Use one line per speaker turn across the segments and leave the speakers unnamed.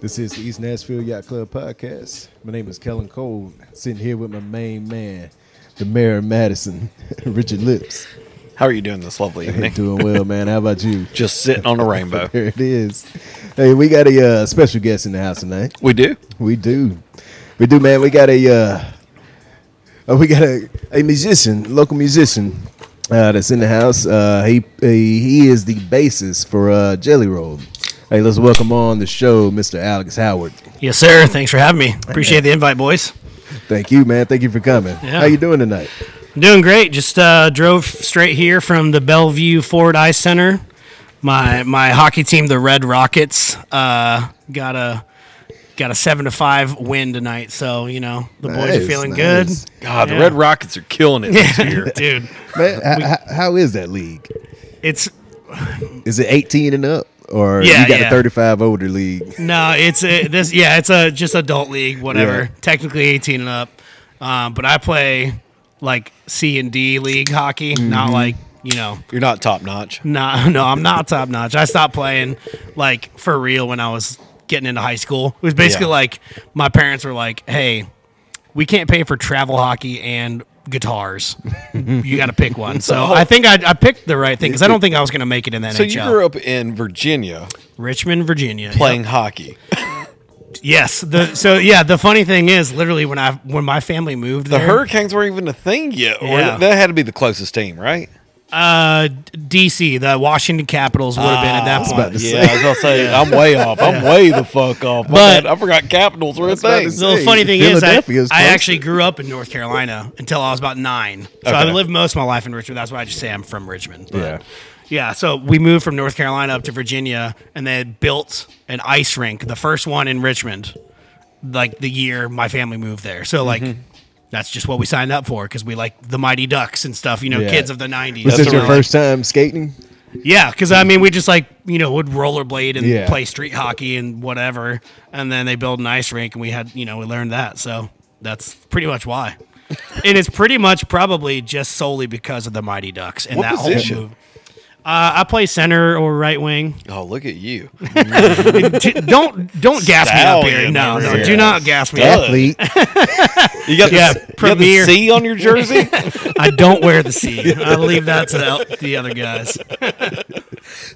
This is the East Nashville Yacht Club podcast. My name is Kellen Cole, sitting here with my main man, the mayor of Madison, Richard Lips.
How are you doing this lovely evening?
Doing well, man. How about you?
Just sitting on a rainbow.
There it is. Hey, we got a uh, special guest in the house tonight.
We do.
We do. We do, man. We got a uh, uh, we got a, a musician, local musician uh, that's in the house. Uh, he, he he is the bassist for uh, Jelly Roll. Hey, let's welcome on the show, Mr. Alex Howard.
Yes, sir. Thanks for having me. Appreciate the invite, boys.
Thank you, man. Thank you for coming.
Yeah.
How you doing tonight?
I'm doing great. Just uh, drove straight here from the Bellevue Ford Ice Center. My my hockey team, the Red Rockets, uh, got a got a seven to five win tonight. So you know the boys
Nice,
are feeling
nice.
God,
Yeah.
the Red Rockets are killing it this year.
good, dude.
Man, h- h- how is that league?
It's
Is it 18 and up, or
Yeah,
you got a
yeah.
35 older league?
no, it's a, this. Yeah, it's a just adult league, whatever.
Yeah.
Technically eighteen and up, um, but I play like C and D league hockey,
Mm-hmm.
not like you know
You're not top notch.
No, no, I'm not top notch. I stopped playing like for real when I was getting into high school. It was basically
Yeah.
like my parents were like, "Hey, we can't pay for travel hockey and guitars. you got to pick one." So I think I, I picked the right thing because I don't think I was going to make it in the
Oh. So
NHL.
you grew up in Virginia
Richmond, Virginia.
playing hockey.
Yes. The so yeah. The funny thing is, literally when I when my family moved
The
there,
Hurricanes weren't even a thing yet. Or
Yeah.
That had to be the closest team, right?
uh, DC, the Washington Capitals would have been at that
about
point.
to
Yeah, Ah, I was gonna say I'm way off. I'm way the fuck off. My
But-
bad. I forgot Capitals were a
about to
thing.
say.
The
Hey,
funny thing is, I,
Philadelphia's
I
close.
actually grew up in North Carolina until I was about nine. So I
Okay.
lived most of my life in Richmond. That's why I just say I'm from Richmond. But,
Yeah.
Yeah. So we moved from North Carolina up to Virginia and they had built an ice rink, the first one in Richmond, like the year my family moved there. So, like,
Mm-hmm.
that's just what we signed up for because we like the Mighty Ducks and stuff, you know,
Yeah.
kids of the 90s.
Was this
what
your
I like.
first time skating?
Yeah, because I mean, we just like you know would rollerblade and
Yeah.
play street hockey and whatever, and then they build an ice rink, and we had you know we learned that, so that's pretty much why. and it's pretty much probably just solely because of the Mighty Ducks and
What
that
position?
whole move. Uh, I play center or right wing.
Oh, look at you.
T- don't don't gas me up here.
Stallion
No,
over
no,
here.
do not gas me up.
Athlete.
You got, the, you got
Yeah,
the
premier.
C on your jersey?
I don't wear the C. I leave that to the, the other guys.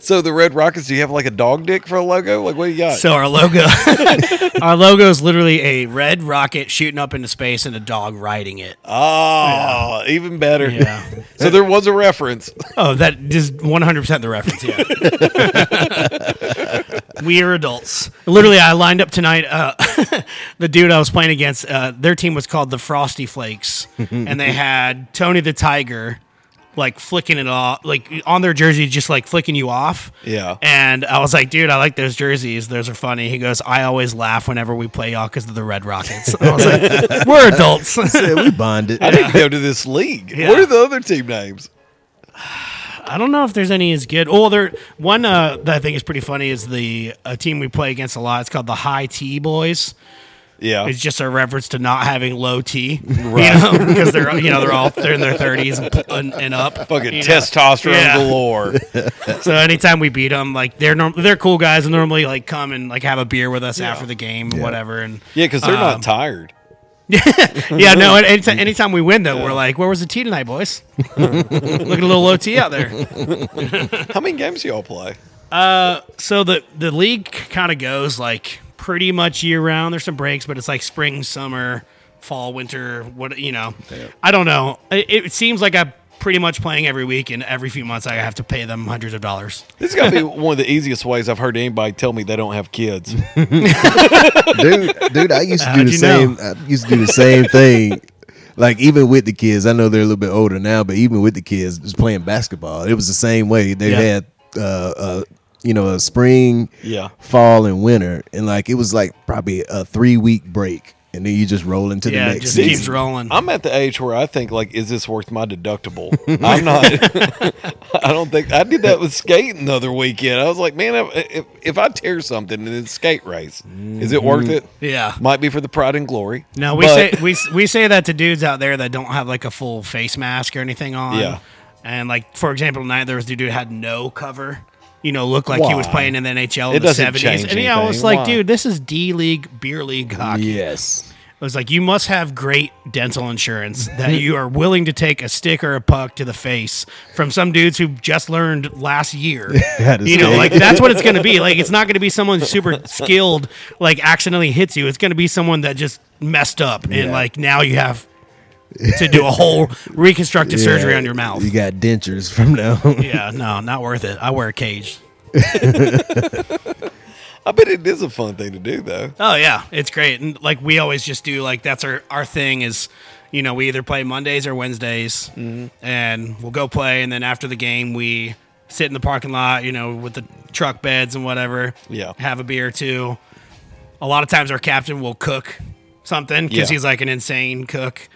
so the Red Rockets, do you have like a dog dick for a logo? Like what do you got?
So our logo, our logo is literally a red rocket shooting up into space and a dog riding it.
oh, even better.
Yeah.
So there was a reference.
Oh, that is 100% the reference. Yeah. we are adults. Literally, I lined up tonight. Uh, the dude I was playing against, uh, their team was called the Frosty Flakes, and they had Tony the Tiger. Like flicking it off, like on their jersey, just like flicking you off.
Yeah.
And I was like, dude, I like those jerseys. Those are funny. He goes, I always laugh whenever we play y'all because of the Red Rockets. I was like, we're adults.
Yeah, we bonded.
I need to go to this league.
Yeah.
What are the other team names?
I don't know if there's any as good. Oh, there one uh, that I think is pretty funny is the a team we play against a lot. It's called the High T Boys.
Yeah.
It's just a reference to not having low T, right? Because they're you know they're all they're in their thirties and, and, and up.
Fucking
you know.
testosterone
Yeah.
galore.
So anytime we beat them, like they're norm- they're cool guys and normally like come and like have a beer with us after the game, and whatever. And
Yeah, because they're
Um,
not tired.
yeah, no. and Anytime, anytime we win though, we're like, where was the T tonight, boys? Look at a little low T out there.
How many games do y'all play?
so the the league kind of goes like pretty much year round. There's some breaks, but it's like spring, summer, fall, winter. What you know, I don't know. It, it seems like I'm pretty much playing every week, and every few months I have to pay them hundreds of dollars.
This is gonna be one of the easiest ways I've heard anybody tell me they don't have kids.
dude, dude, I used to do
How'd
the
you
same.
know?
I used to do the same thing. Like even with the kids, I know they're a little bit older now, but even with the kids, just playing basketball, it was the same way. They
Yeah.
had, uh, uh, you know, a spring,
Yeah.
fall, and winter, and like it was like probably a three week break, and then you just roll into the
Yeah, it
next
just
season.
keeps rolling.
I'm at the age where I think like, is this worth my deductible? I'm not. I don't think I did that with skating the other weekend. I was like, man, if, if, if I tear something in a skate race, is it worth it?
Mm-hmm. Yeah.
might be for the pride and glory.
No, we
but-
say we we say that to dudes out there that don't have like a full face mask or anything on.
Yeah.
And like for example, tonight there was the dude who had no cover, you know, look like he was
Why?
playing in the NHL
It
in the
doesn't
seventies.
change
And yeah, I was
anything.
like,
Why?
dude, this is D League beer league hockey.
Yes.
I was like, you must have great dental insurance that you are willing to take a stick or a puck to the face from some dudes who just learned last year.
How to
you know,
skate.
like that's what it's going to be. Like it's not going to be someone super skilled, like accidentally hits you. It's going to be someone that just messed up and
Yeah.
like now you have to do a whole reconstructive surgery
Yeah,
on your mouth.
You got dentures from now. on.
yeah, no, not worth it. I wear a cage.
I bet it is a fun thing to do though.
Oh yeah, it's great. And like we always just do like that's our our thing is, you know, we either play Mondays or Wednesdays, and we'll go play, and then after the game we sit in the parking lot, you know, with the truck beds and whatever.
Yeah.
have a beer or two. A lot of times our captain will cook something because
Yeah.
he's like an insane cook,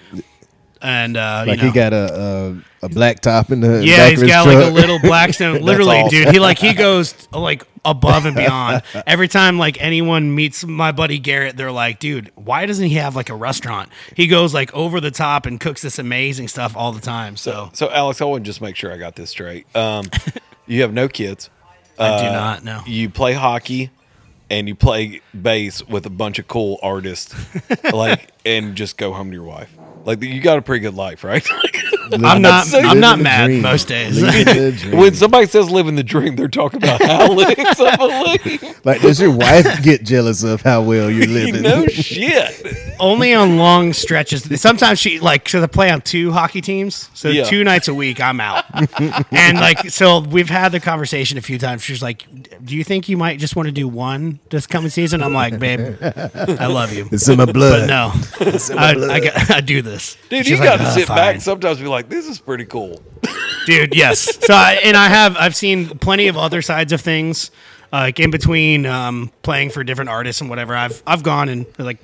and uh,
Like
you know,
he got a, a a black top in the
yeah,
back
he's
of his
got like a
truck.
little Blackstone. Literally,
awesome.
dude, he like he goes like above and beyond. Every time like anyone meets my buddy Garrett, they're like, "Dude, why doesn't he have like a restaurant?" He goes like over the top and cooks this amazing stuff all the time. So
So Alex, I want to just make sure I got this straight. Um, you have no kids. Uh,
I
Uh,
do not know.
You play hockey and you play bass with a bunch of cool artists, like, and just go home to your wife. Like you got a pretty good life, right?
I'm not.
Living
I'm not
the
mad
dream.
most days.
Living the dream.
when somebody says living the dream, they're talking about how Alex, I believe.
like, does your wife get jealous of how well you're living?
No shit.
Only on long stretches. Sometimes she like so they play on two hockey teams. So
Yeah.
two nights a week, I'm out. and like so, we've had the conversation a few times. She's like, "Do you think you might just want to do one this coming season?" I'm like, "Babe, I love you,
it's in my blood.
but no, I, I, got- I do this."
Dude,
She's
you
like,
got to
"Uh,
sit
fine."
back sometimes and be like, this is pretty cool.
dude. Yes. So I, and I have I've seen plenty of other sides of things, uh, like in between um, playing for different artists and whatever. I've I've gone and like.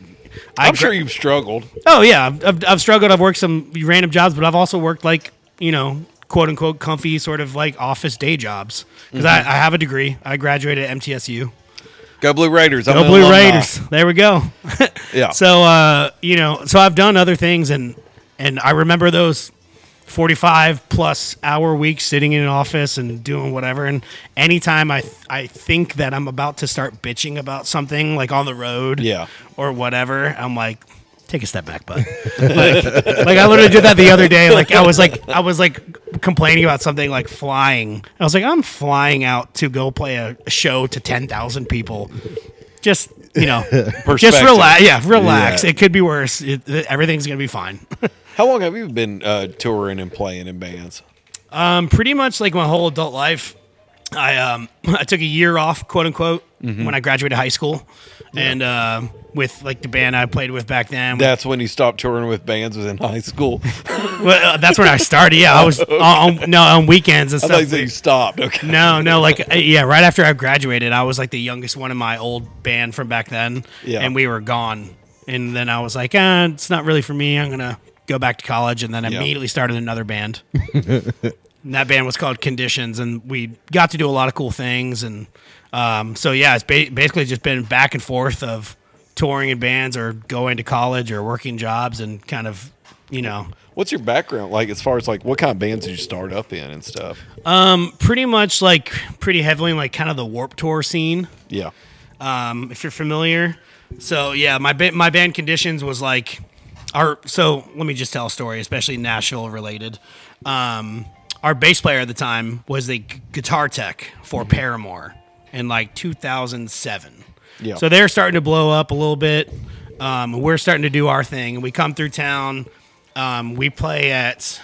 I
I'm
gra-
sure you've struggled.
Oh yeah, I've, I've, I've struggled. I've worked some random jobs, but I've also worked like you know, quote unquote, comfy sort of like office day jobs because
Mm-hmm.
I, I have a degree. I graduated at MTSU.
Go Blue Raiders. I'm
Go
an
Blue
alumni.
Raiders! There we go.
Yeah.
so uh, you know, so I've done other things, and and I remember those forty-five plus hour weeks sitting in an office and doing whatever. And anytime I th- I think that I'm about to start bitching about something like on the road,
Yeah.
or whatever, I'm like. Take a step back, bud. like, like I literally did that the other day. Like I was like I was like complaining about something like flying. I was like I'm flying out to go play a, a show to ten thousand people just you know, just
Perspective.
relax. Yeah, relax.
Yeah.
It could be worse. It, th- everything's gonna be fine.
How long have you been uh, touring and playing in bands?
um, pretty much like my whole adult life, I um, I took a year off, quote unquote,
Mm-hmm.
when I graduated high school, and uh, with like the band I played with back then.
That's when you stopped touring with bands was in high school.
well, uh, that's when I started. Yeah, I was on, on- no on weekends and
I
stuff.
thought you said you stopped. Okay.
No, no, like uh, yeah, right after I graduated, I was like the youngest one in my old band from back then,
Yeah.
and we were gone. And then I was like, ah, it's not really for me. I'm gonna go back to college, and then
Yeah.
immediately started another band. and that band was called Conditions, and we got to do a lot of cool things. And um, so yeah, it's ba- basically just been back and forth of touring in bands, or going to college, or working jobs, and kind of you know
What's your background like as far as like what kind of bands did you start up in and stuff?
pretty much like pretty heavily in like kind of the Warp Tour scene.
Yeah.
um, if you're familiar. So yeah, my ba- my band conditions was like our. So let me just tell a story, especially Nashville related. Um, our bass player at the time was the gu- guitar tech for Paramore in like 2007.
Yeah.
So they're starting to blow up a little bit. Um, we're starting to do our thing. We come through town. Um, we play at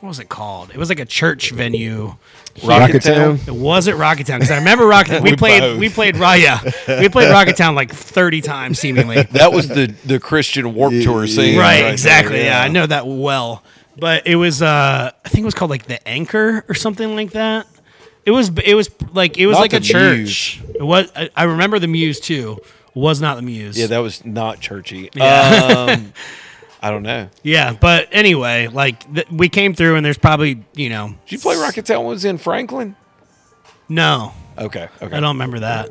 what was it called? It was like a church venue.
Rocket
Town?
Town.
It was at Rocket Town because I remember Rocket Town. We,
We
played,
both.
we played, Ra- yeah, we played Rocket Town like thirty times seemingly.
That was the the Christian Warp Tour scene.
right,
there,
exactly. yeah. I know that well. But it was, uh, I think it was called like the Anchor or something like that. It was, it was like it was
Not
like a
the
church. It was. I, I remember the Muse too. Was not the Muse.
Yeah, that was not churchy. Um, I don't know.
yeah. But anyway, like th- we came through and there's probably you know
Did you play Rocket Town when it was in Franklin?
no,
Okay. Okay.
I don't remember that.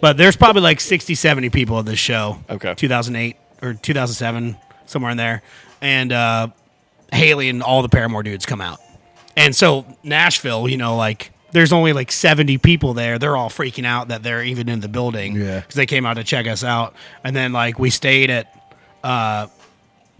But there's probably like 60, 70 people at this show.
Okay.
2008 or 2007, somewhere in there. And uh, Haley and all the Paramore dudes come out. And so Nashville, you know, like there's only like 70 people there. They're all freaking out that they're even in the building.
Yeah.
Because they came out to check us out. And then, like, we stayed at uh,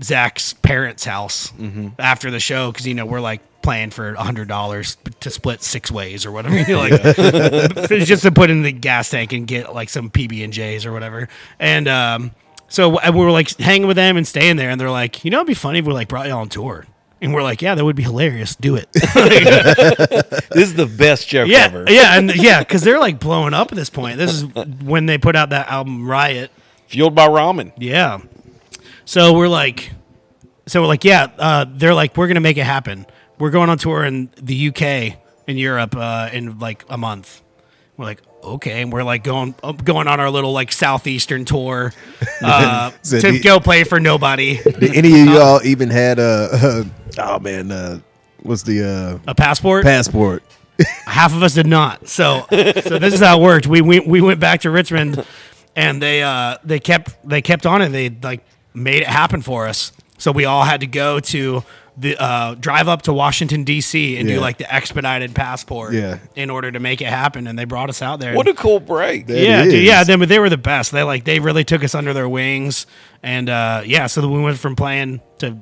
Zach's parents' house after the show because, you know, we're like playing for $100 to split six ways or whatever. You're like, it's just to put in the gas tank and get like some PB and J's or whatever. And um, so w- we were like hanging with them and staying there, and they're like, you know, it'd be funny if we like brought you on tour. And we're like, yeah, that would be hilarious. Do it.
This is the best joke
yeah,
ever.
yeah, and yeah, because they're like blowing up at this point. This is when they put out that album Riot.
Fueled by ramen.
Yeah. So we're like, so we're like, yeah. Uh, they're like, we're gonna make it happen. We're going on tour in the UK in Europe uh, in like a month. We're like, okay, and we're like going uh, going on our little like southeastern tour uh,
So
to
the-
go play for nobody.
Did any of y'all even had a? Uh, oh man, uh, what's the uh,
A passport.
passport?
half of us did not. So so this is how it worked. We we, we went back to Richmond, and they uh they kept they kept on it. They like made it happen for us. So we all had to go to the uh, drive up to Washington D.C. and
Yeah.
do like the expedited passport
Yeah.
in order to make it happen. And they brought us out there.
What a cool break.
That
yeah, dude,
is.
yeah. Then, but they were the best. They like they really took us under their wings, and uh, yeah. So we went from playing to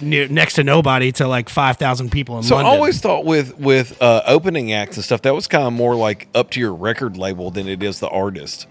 near, next to nobody to like five thousand people in
So
London.
I always thought with with uh, opening acts and stuff that was kind of more like up to your record label than it is the artist.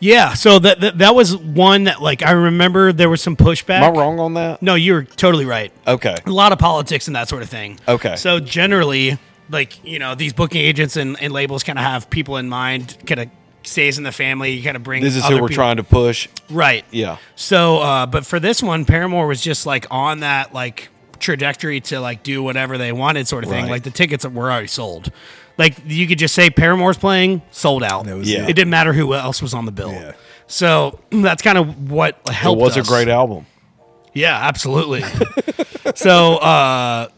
Yeah, so that, that that was one that like I remember there was some pushback.
Am I wrong on that?
No, you were totally right.
Okay.
A lot of politics and that sort of thing.
Okay.
So generally, like you know, these booking agents and, and labels kind of have people in mind, kind of stays in the family. You kind of bring
This is
other
who we're
people-
trying to push.
right?
Yeah.
So, uh, but for this one, Paramore was just like on that like trajectory to like do whatever they wanted, sort of thing.
Right.
Like the tickets were already sold. Like you could just say Paramore's playing, sold out.
That was
Yeah.
it.
It didn't matter who else was on the bill.
Yeah.
So that's kind of what
It
helped.
was a
us.
great album.
Yeah, absolutely. so, uh,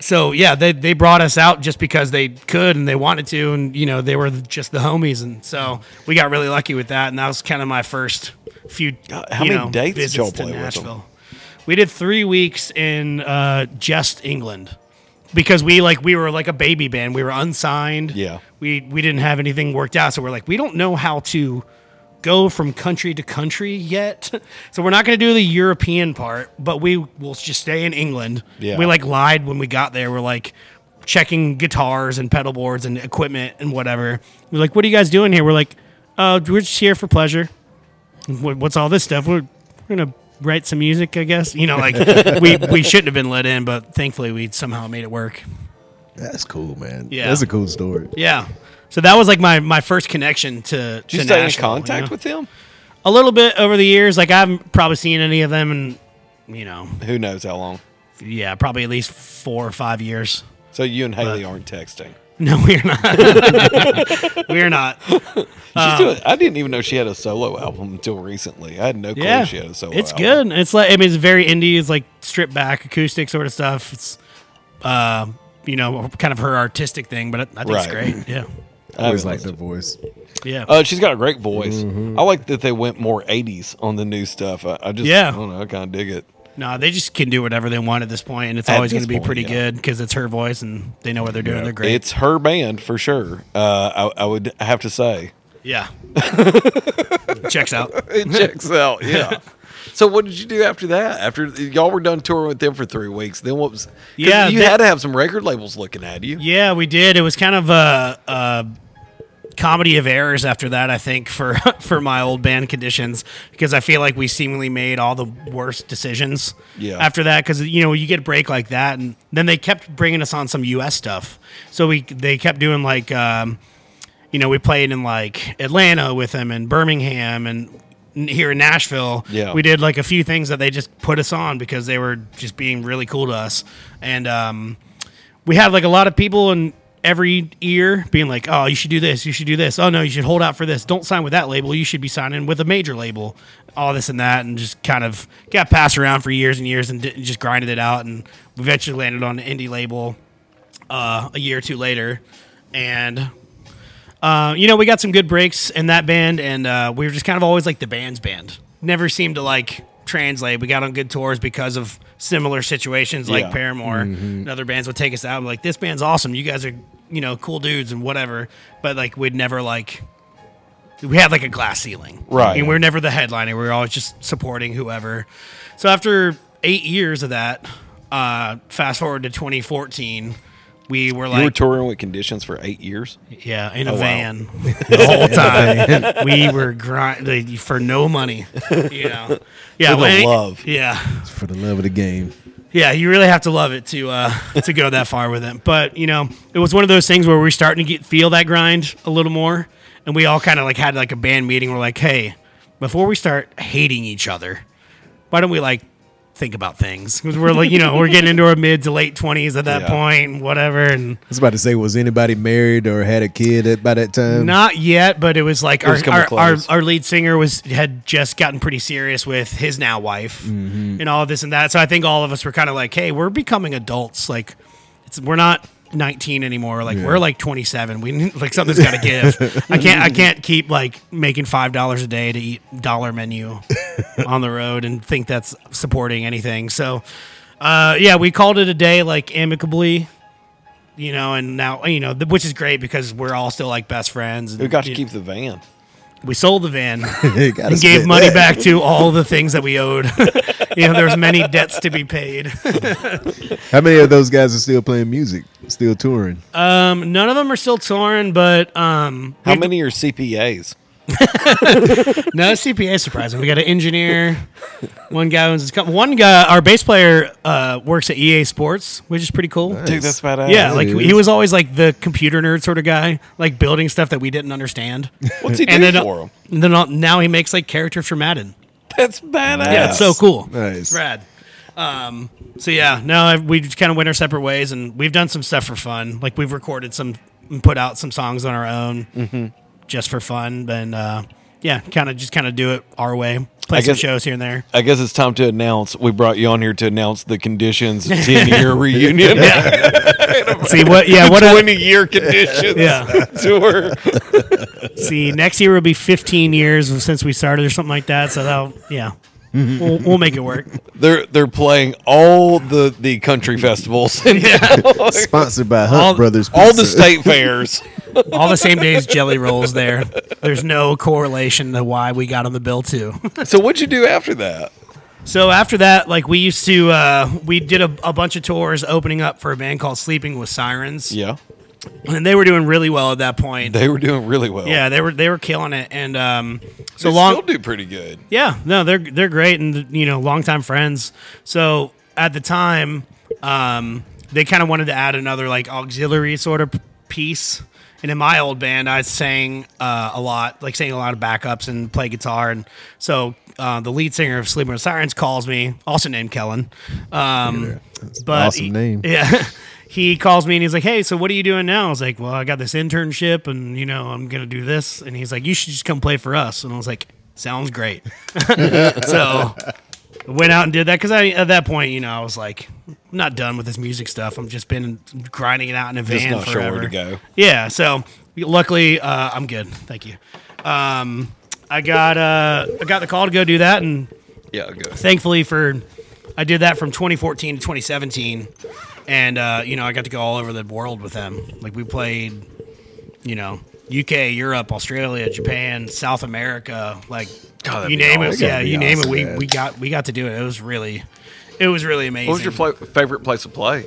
so yeah, they, they brought us out just because they could and they wanted to, and you know they were just the homies, and so we got really lucky with that, and that was kind of my first few.
Uh, how
you
many
know,
dates did
visits
y'all
to
play with them?
Nashville. We did three weeks in uh, just England because we like we were like a baby band. We were unsigned.
Yeah.
We we didn't have anything worked out, so we're like we don't know how to go from country to country yet. So we're not going to do the European part, but we will just stay in England.
Yeah.
We like lied when we got there. We're like checking guitars and pedal boards and equipment and whatever. We're like, "What are you guys doing here?" We're like, "Uh, we're just here for pleasure." What- What's all this stuff? We're, we're gonna write some music, I guess. You know, like we we shouldn't have been let in, but thankfully we somehow made it work.
That's cool, man.
Yeah.
that's a cool story.
Yeah. So that was like my my first connection to.
Did you stay
to
in
Nashville, you
contact
know?
with them?
a little bit over the years. Like I haven't probably seen any of them, and you know,
Who knows how long?
yeah, probably at least four or five years.
So you and Haley aren't texting.
No, we're not. we're not. Uh,
She's doing, I didn't even know she had a solo album until recently. I had no clue
Yeah,
she had a solo.
it's
album.
good. It's like I mean, it's very indie. It's like stripped back acoustic sort of stuff. It's, uh, you know, kind of her artistic thing, but I think it's
Right.
great. Yeah,
I
I always
haven't
like Mm-hmm. the voice.
yeah.
Uh, she's got a great voice. I like that they went more '80s on the new stuff. I, I just,
Yeah.
I don't know. I kind of dig it.
no, they just can do whatever they want at this point, and it's
At
always going
this
to be
point,
pretty
yeah.
good because it's her voice and they know what they're doing. They're great.
It's her band for sure. Uh, I, I would have to say
yeah. Checks out.
it checks out. Yeah. so what did you do after that? After y'all were done touring with them for three weeks, then what was? 'cause
Yeah,
you
that-
had to have some record labels looking at you.
Yeah, we did. It was kind of a, a comedy of errors after that, I think, for for my old band conditions, because I feel like we seemingly made all the worst decisions.
Yeah.
After that, because you know you get a break like that, and then they kept bringing us on some U.S. stuff. So we they kept doing like, um, you know, we played in like Atlanta with them and Birmingham and. n- Here in Nashville,
Yeah.
we did like a few things that they just put us on because they were just being really cool to us, and um, we had like a lot of people in every ear being like, "Oh, you should do this. You should do this. Oh no, you should hold out for this. Don't sign with that label. You should be signing with a major label." All this and that, and just kind of got passed around for years and years, and didn't, just grinded it out, and eventually landed on an indie label uh, a year or two later, and. Uh, you know, we got some good breaks in that band, and uh, we were just kind of always like the band's band. Never seemed to like translate. We got on good tours because of similar situations like
Yeah. Mm-hmm.
Paramore and other bands would take us out. and be like this band's awesome. You guys are you know cool dudes and whatever. But like we'd never like we had like a glass ceiling,
Right.
And we were never the headliner. We were always just supporting whoever. So after eight years of that, uh, fast forward to 2014, we were
You were Oh,
like,
touring with conditions for eight years.
yeah, in a van the whole time. we were grinding for no money, you know. Yeah,
For the
well,
love.
Yeah,
for the love of the game.
yeah, you really have to love it to uh, to go that far with it. But you know, it was one of those things where we're starting to get feel that grind a little more, and we all kind of like had like a band meeting. We're like, hey, before we start hating each other, why don't we like think about things? Because we're like, you know, we're getting into our mid to late twenties at that
Yeah.
point, whatever, and.
I was about to say, was anybody married or had a kid at, by that time?
Not yet, but it was like
was coming
our, our, our,
close.
our lead singer was had just gotten pretty serious with his now wife
Mm-hmm.
and all this and that. So I think all of us were kind of like, hey, we're becoming adults. Like, it's, we're not 19 anymore. Like we're like 27. We need- like something's got to give. I can't I can't keep like making five dollars a day to eat dollar menu on the road and think that's supporting anything. So. Uh, yeah, we called it a day like amicably, you know, and now you know, th- which is great because we're all still like best friends. And,
We got to
you
keep the van.
we sold the van
You gotta
and
split
gave money
that.
back to all the things that we owed. you know, there was many debts to be paid.
How many of those guys are still playing music, still touring?
Um, none of them are still touring, but um,
How many are CPAs?
no CPA surprising. We got an engineer, one guy owns his company. One guy, our bass player, uh, works at EA Sports, which is pretty cool.
Dude, that's badass.
Yeah, like
Nice.
he was always like the computer nerd sort of guy, like building stuff that we didn't understand.
what's he
and
doing
then, uh,
for them?
and then all- now he makes like characters for Madden.
That's badass.
Yeah, it's so cool.
Nice.
Rad. Um, so yeah, no, I- we just kind of went our separate ways, and we've done some stuff for fun. Like we've recorded some and put out some songs on our own, just for fun. And uh, yeah, kind of just kind of do it our way. Play
I
some
guess-
shows here and there.
I guess it's time to announce. We brought you on here to announce the conditions ten year reunion.
See what? Yeah, what?
Twenty year conditions
yeah.
tour.
See, next year will be 15 years since we started, or something like that. So that'll yeah, we'll, we'll make it work.
They're they're playing all the the country festivals and
Sponsored by Hunt
All-
Brothers.
all the
Pizza.
state fairs.
All the same days, jelly rolls. There, there's no correlation to why we got on the bill too.
So what'd you do after that?
So after that, like we used to, uh, we did a, a bunch of tours opening up for a band called Sleeping with Sirens,
Yeah,
and they were doing really well at that point.
they were doing really well.
yeah, they were they were killing it, and um, so
they
long.
still do pretty good.
yeah, no, they're they're great, and you know, longtime friends. So at the time, um, they kind of wanted to add another like auxiliary sort of p- piece. And in my old band, I sang uh, a lot, like sang a lot of backups and play guitar. And so uh, the lead singer of Sleeping with Sirens calls me, also named Kellen. Um, but
awesome name.
Yeah. He calls me and he's like, "Hey, so what are you doing now?" I was like, "Well, I got this internship, and you know, I'm gonna do this." And he's like, "You should just come play for us." And I was like, "Sounds great." so went out and did that because I at that point, you know, I was like, I'm not done with this music stuff. I've just been grinding it out in a van
Just not sure
forever.
where to go.
Yeah, so luckily uh, I'm good. Thank you. Um, I got uh, I got the call to go do that, and
Yeah, good.
thankfully for I did that from 2014 to 2017, and uh, you know I got to go all over the world with them. Like we played, you know, UK, Europe, Australia, Japan, South America, like
that'd
you
be
name it.
awesome.
Yeah,
That'd be
you name
awesome,
it.
man.
We, we got we got to do it. It was really, it was really amazing.
What was your fl- favorite place to play?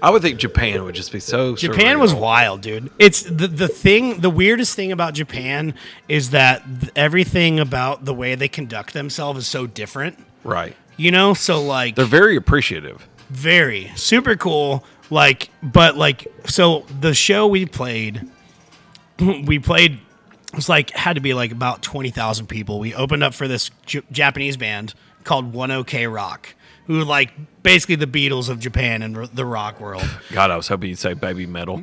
I would think Japan would just be so.
Japan
surreal.
was wild, dude. It's the the thing. The weirdest thing about Japan is that th- everything about the way they conduct themselves is so different.
right.
You know, so like
They're very appreciative.
very super cool like but like so the show we played we played it was like had to be like about 20,000 people we opened up for this J- Japanese band called 1OK Rock who were like basically the Beatles of Japan and r- the rock world
God, I was hoping you'd say baby metal.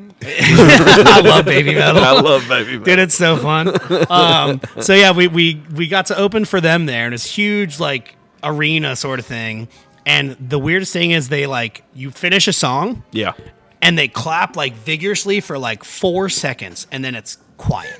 I love baby metal
I love baby metal.
Dude, it's so fun. Um, so yeah, we, we we got to open for them there, and it's huge like arena sort of thing. And the weirdest thing is they like you finish a song,
Yeah.
and they clap like vigorously for like four seconds, and then it's quiet.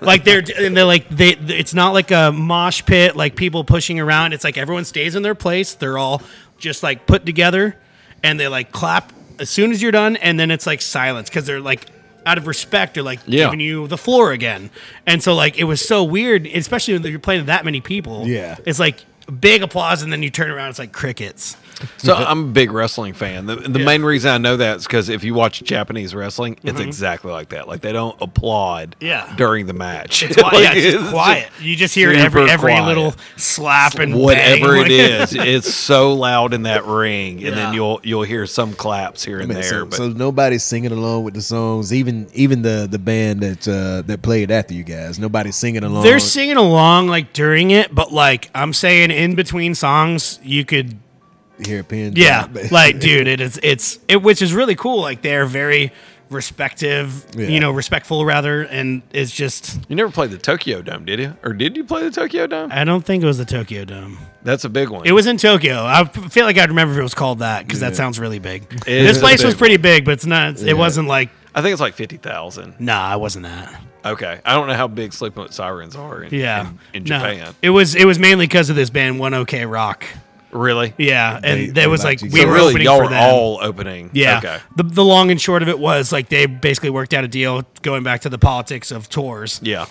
like they're and they're like they. It's not like a mosh pit, like people pushing around. It's like everyone stays in their place. They're all just like put together, and they like clap as soon as you're done, and then it's like silence because they're like out of respect they're like
Yeah.
giving you the floor again and so like it was so weird especially when you're playing to that many people
Yeah.
it's like big applause and then you turn around it's like crickets
So I'm a big wrestling fan. The, the main reason I know that is because if you watch Japanese wrestling, it's exactly like that. Like they don't applaud
Mm-hmm. Yeah.
during the match.
It's quiet.
Like,
yeah, it's
just
quiet. you just hear
super
every every
quiet.
little slap and bang,
Whatever
like-
it is, it's so loud in that ring, and then
Yeah.
you'll you'll hear some claps here and
Man,
there.
so,
but
so nobody's singing along with the songs, even even the the band that uh, that played after you guys. Nobody's singing along.
They're singing along like during it, but like I'm saying, in between songs, you could
here, pin.
yeah,
drop, but-
like dude, it is it's it which is really cool. Like they're very respective,
Yeah.
you know, respectful rather, and it's just
you never played the Tokyo Dome, did you? Or did you play the Tokyo Dome?
I don't think it was the Tokyo Dome.
That's a big one.
It was in Tokyo. I p- feel like I'd remember if it was called that because that sounds really big.
It is
this
a
place
big
was pretty big, but it's not. It wasn't like
I think it's like fifty thousand.
nah, it wasn't that.
Okay, I don't know how big Sleeping with Sirens are in
Yeah,
in, in
No.
Japan.
it was it was mainly because of this band One OK Rock.
Really?
Yeah,
They-
and
they
that was like
liked you
we
guys.
So
were
really,
opening
y'all
for
were
them.
all opening.
yeah,
Okay.
the the long and short of it was like they basically worked out a deal going back to the politics of tours.
Yeah.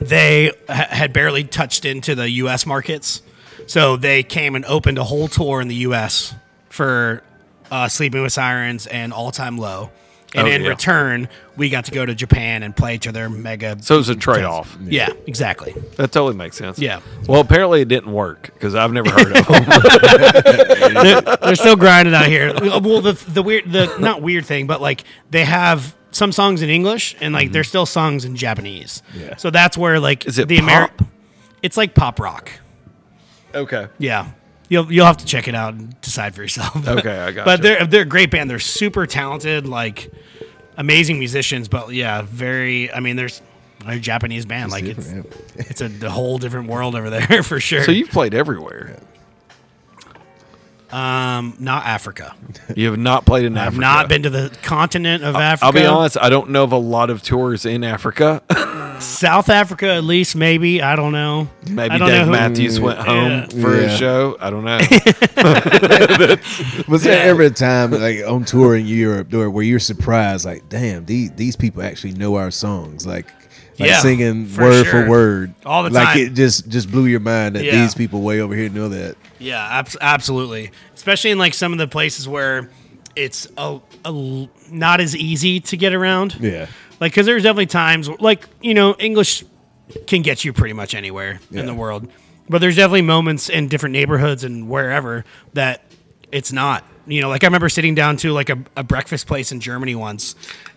They ha- had barely touched into the U.S. markets, so they came and opened a whole tour in the U.S. for uh, Sleeping with Sirens and All Time Low. And
Oh,
in
yeah.
return, we got to go to Japan and play to their mega.
So it was a trade off.
yeah, exactly.
That totally makes sense.
Yeah.
Well, apparently it didn't work because I've never heard of them.
They're still grinding out here. Uh, Well, the the weird, the not weird thing, but like they have some songs in English and like there's still songs in Japanese.
Yeah.
So that's where like
Is it
the Ameri-
pop?
It's like pop rock.
okay.
Yeah. You'll you'll have to check it out and decide for yourself.
Okay, I gotcha.
But they're they're a great band. They're super talented, like amazing musicians. But yeah, very. I mean, there's a Japanese band. like it's
different,
it's a, a whole different world over there for sure.
So you've played everywhere.
um, not Africa.
You have not played in
I've
Africa.
not been to the continent of Africa.
I'll be honest. I don't know of a lot of tours in Africa.
South Africa, at least, maybe. I don't know.
Maybe
I don't
Dave
know who-
Matthews went home
Yeah.
for a
Yeah.
show. I don't know.
Was there ever a time like on tour in Europe or where you're surprised, like, damn, these these people actually know our songs, like, like
Yeah,
singing
for
word
sure.
for word,
All the
like
time.
it just just blew your mind that
Yeah.
these people way over here know that.
Yeah, abs- absolutely. Especially in like some of the places where it's a, a l- not as easy to get around.
Yeah,
Like, because there's definitely times, like, you know, English can get you pretty much anywhere
Yeah.
in the world. But there's definitely moments in different neighborhoods and wherever that it's not. You know, like I remember sitting down to like a, a breakfast place in Germany once,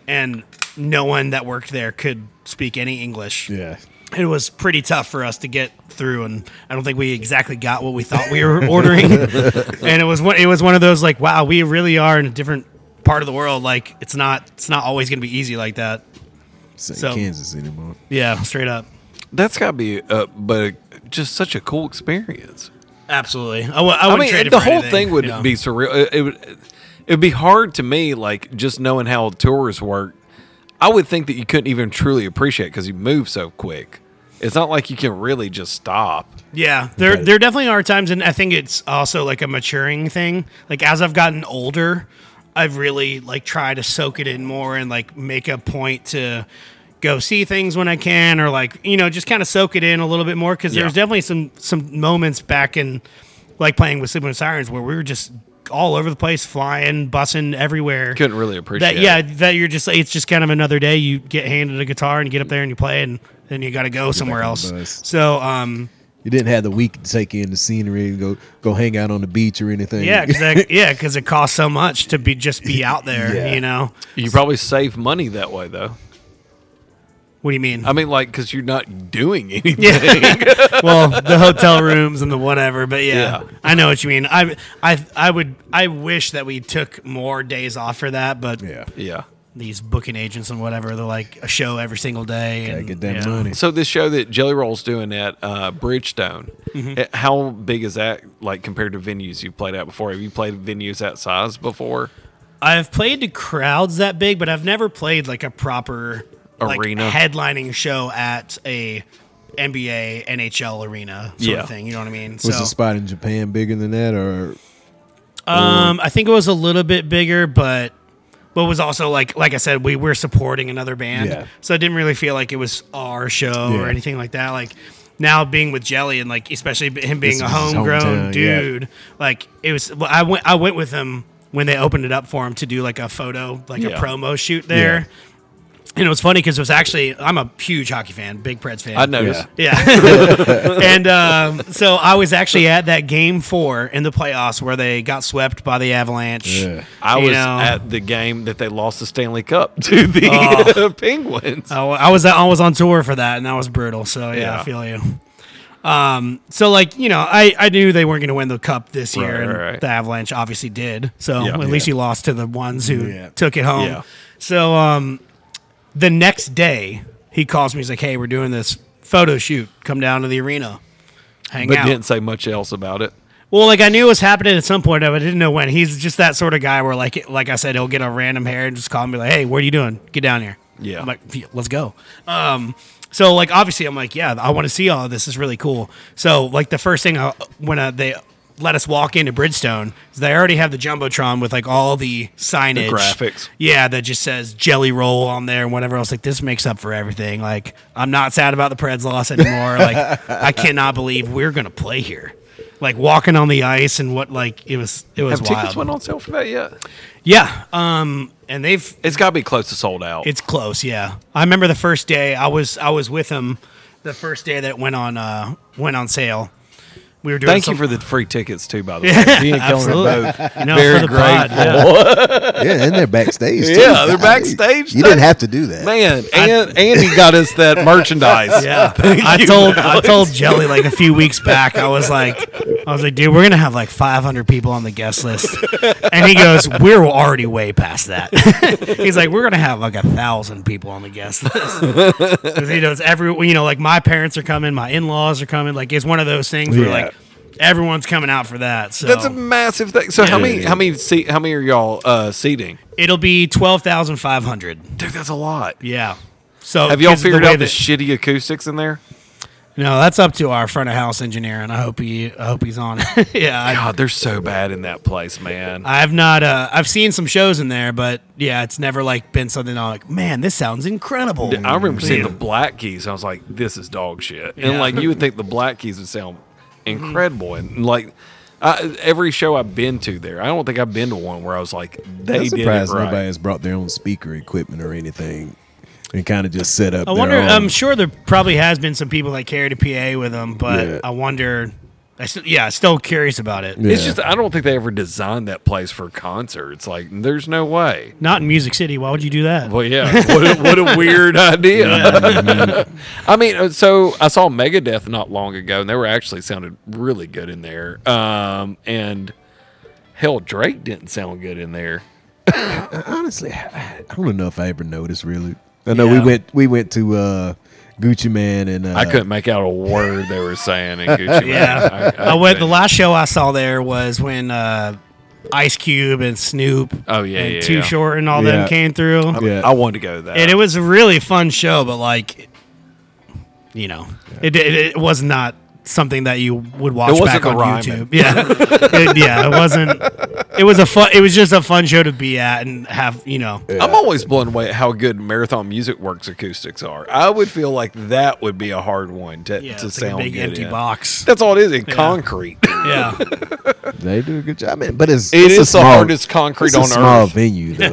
and no one that worked there could speak any English.
yeah.
it was pretty tough for us to get through and I don't think we exactly got what we thought we were ordering. and it was one it was one of those like wow, we really are in a different part of the world like it's not it's not always going to be easy like that.
It's not
So-
Kansas anymore.
Yeah, straight up.
That's got to be, uh, but just such a cool experience.
Absolutely. I, w- I
I
wouldn't
mean,
trade it
the
for
whole
anything,
thing would
you know.
be surreal. It, it would it'd be hard to me, like just knowing how tours work. I would think that you couldn't even truly appreciate because you move so quick. It's not like you can really just stop.
Yeah, there
Right.
there definitely are times, and I think it's also like a maturing thing. Like as I've gotten older, I've really like tried to soak it in more and like make a point to go see things when I can, or like you know just kind of soak it in a little bit more because
Yeah.
there's definitely some some moments back in like playing with Sleeping with Sirens where we were just all over the place, flying, bussing everywhere.
Couldn't really appreciate.
that yeah, that you're just it's just kind of another day. You get handed a guitar and you get up there and you play, and then you got to go somewhere
on the
else.
bus.
So um.
You didn't have the week to take in the scenery and go go hang out on the beach or anything.
Yeah, cause yeah, because it costs so much to be just be out there.
Yeah.
You know,
it. You probably save money that way, though.
what do you mean?
I mean, like because you're not doing anything.
yeah. well, the hotel rooms and the whatever, but yeah,
Yeah.
I know what you mean. I, I, I would, I wish that we took more days off for that, but
yeah.
Yeah.
these booking agents and whatever, they're like a show every single day.
Gotta
and,
get that
yeah.
money.
So this show that Jelly Roll's doing at uh, Bridgestone,
Mm-hmm.
eh, how big is that? Like compared to venues you've played at before? Have you played venues that size before?
I've played to crowds that big, but I've never played like a proper like,
Arena.
headlining show at a NBA NHL arena sort
Yeah.
of thing. You know what I mean?
Was the spot in Japan bigger than that, or
Um, I think it was a little bit bigger, but but was also like like I said, we were supporting another band,
Yeah.
so I didn't really feel like it was our show or
Yeah.
anything like that. Like now being with Jelly and like especially b- him being
This
a
was his
homegrown
hometown, yeah.
dude, like it was. well, I went I went with him when they opened it up for him to do like a photo like
Yeah.
a promo shoot there. And it was funny because it was actually I'm a huge hockey fan, big Preds fan.
I noticed.
Yeah. and um, so I was actually at that game four in the playoffs where they got swept by the Avalanche.
Yeah.
I
You
was
know,
at the game that they lost the Stanley Cup to the uh,
Oh.
Penguins.
I wa- I was I was on tour for that, and that was brutal. So yeah,
Yeah.
I feel you. Um, so like you know, I I knew they weren't going to win the cup this year,
Right,
and
right, right.
the Avalanche obviously did. So
Yeah.
at least
Yeah.
you lost to the ones who
Yeah.
took it home.
Yeah.
So um, the next day he calls me. He's like, "Hey, we're doing this photo shoot. Come down to the arena, hang
but
out."
didn't say much else about it.
Well, like I knew it was happening at some point, but I didn't know when. He's just that sort of guy where, like, like I said, he'll get a random hair and just call me like, "Hey, what are you doing? Get down here."
Yeah.
I'm like, "Yeah, "Let's go." Um, so like obviously I'm like, "Yeah, I want to see all of this. It's really cool." So like the first thing I, when uh they let us walk into Bridgestone, is they already have the jumbotron with like all the signage,
graphics.
yeah, that just says Jelly Roll on there and whatever else. Like this makes up for everything. Like I'm not sad about the Preds loss anymore. like I cannot believe we're gonna play here. Like walking on the ice and what like it was it was
Have tickets
wild.
went on sale for that yet?
yeah, um, and they've
It's got to be close to sold out.
it's close. Yeah, I remember the first day I was I was with him. The first day that it went on uh went on sale, we were doing.
Thank
some-
you for the free tickets too, by the way.
being
absolutely. No,
Very
for the pod.
grateful.
yeah.
yeah, and they're backstage. too.
Yeah, they're
Golly,
backstage,
You
too.
didn't have to do that.
Man, and Andy got us that merchandise.
Yeah, I told I told Jelly like a few weeks back. I was like, I was like, dude, we're gonna have like 500 people on the guest list, and he goes, we're already way past that. He's like, we're gonna have like a thousand people on the guest list because he knows every you know like my parents are coming, my in laws are coming. Like it's one of those things where
Yeah.
like everyone's coming out for that. So
That's a massive thing. So how
Yeah.
many how many seat how many are y'all uh seating?
it'll be 12,500.
Dude, that's a lot.
Yeah. So
Have y'all
'cause of
figured
way
out the
that-
shitty acoustics in there?
no, that's up to our front of house engineer, and I hope he I hope he's on. it. yeah, I,
God, they're so bad in that place, man.
I've not. Uh, I've seen some shows in there, but yeah, it's never like been something I'm like, man, this sounds incredible.
I remember seeing
Yeah.
the Black Keys. I was like, this is dog shit. And
Yeah.
like, you would think the Black Keys would sound incredible. And like, I, every show I've been to there, I don't think I've been to one where I was like,
I'm
they did it right.
surprised nobody has brought their own speaker equipment or anything, and kind of just set up.
I
their
wonder.
own-
um,
I'm sure there probably has been some people that carried a PA with them, but
Yeah.
I wonder. I still, yeah, still curious about it.
It's
Yeah.
just, I don't think they ever designed that place for concerts. Like, there's no way.
Not in Music City. Why would you do that?
Well, yeah, what a, what a weird idea. I mean, uh, so I saw Megadeth not long ago, and they were actually sounded really good in there. Um, and hell, Drake didn't sound good in there.
honestly, I I don't know if I ever noticed really. I know we
Yeah.
went we went to uh, Gucci Man and uh,
I couldn't make out a word they were saying in Gucci. Mane.
Yeah.
I, I
I went. The
couldn't.
last show I saw there was when uh, Ice Cube and Snoop.
Oh, yeah,
and
yeah,
Too
yeah.
Short and all
Yeah.
them came through,
Yeah.
I wanted to go to that.
and it was a really fun show. But like, you know, it, it it was not something that you would watch
wasn't
back
the
on
rhyming.
YouTube. Yeah, It- yeah, it wasn't. It was a fun. It was just a fun show to be at and have. You know,
I'm always blown away at how good Marathon Music Works acoustics are. I would feel like that would be a hard one to,
yeah,
to
it's
sound
like a big
good
empty
in.
box.
That's all it is in concrete.
Yeah,
They do a good job, man. But it's
It
it's
is
a
the
small,
hardest concrete
it's a
on
small
earth.
venue though.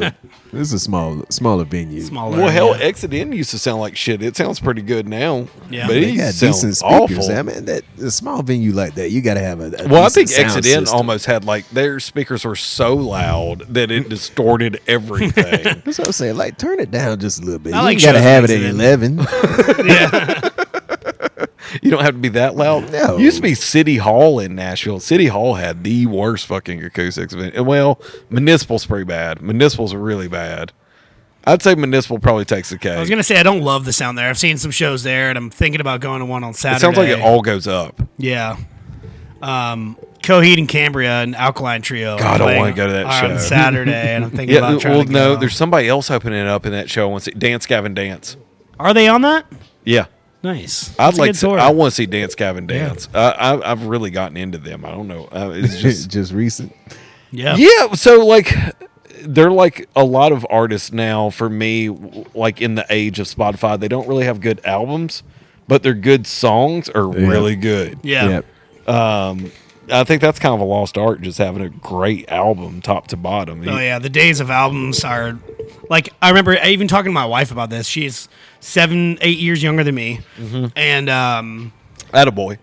this is a small smaller venue.
smaller.
Well, hell,
yeah.
Exit In used to sound like shit. It sounds pretty good now.
Yeah.
but
They
it
got decent
sounds
speakers.
awful.
I mean, that a small venue like that, you got to have a, a
Well, I
decent
think
sound
Exit In
system.
almost had like their speakers were so loud that it distorted everything.
That's what I'm saying. Like, turn it down just a little bit.
I
you
like
got to
shows
have it
with
at
Exit In.
eleven.
You don't have to be that loud.
No.
Used to be City Hall in Nashville. City Hall had the worst fucking acoustics. of it. And well, Municipal's pretty bad. Municipal's really bad. I'd say Municipal probably takes the cake.
I was gonna say I don't love the sound there. I've seen some shows there, and I'm thinking about going to one on Saturday.
it sounds like it all goes up.
Yeah. Um, Coheed and Cambria and Alkaline Trio.
God, I
playing
wanna go to that
on
show.
Saturday, and I'm thinking
Yeah,
about trying
well,
to
no,
go.
there's somebody else opening it up in that show. I want to see Dance Gavin Dance.
Are they on that?
Yeah,
Nice.
I'd
That's a
like.
good
To, see-
tour.
I want to see Dance Gavin Dance. I, I, I've really gotten into them. I don't know. Uh, it's just
just, recent.
Yeah.
Yeah, so like they're like a lot of artists now for me w- like in the age of Spotify, they don't really have good albums, but their good songs are really good.
Yeah.
Yep.
I think that's kind of a lost art just having a great album top to bottom.
Oh yeah, the days of albums are like I remember I even talking to my wife about this. She's seven, eight years younger than me,
Mm-hmm.
and um,
Attaboy.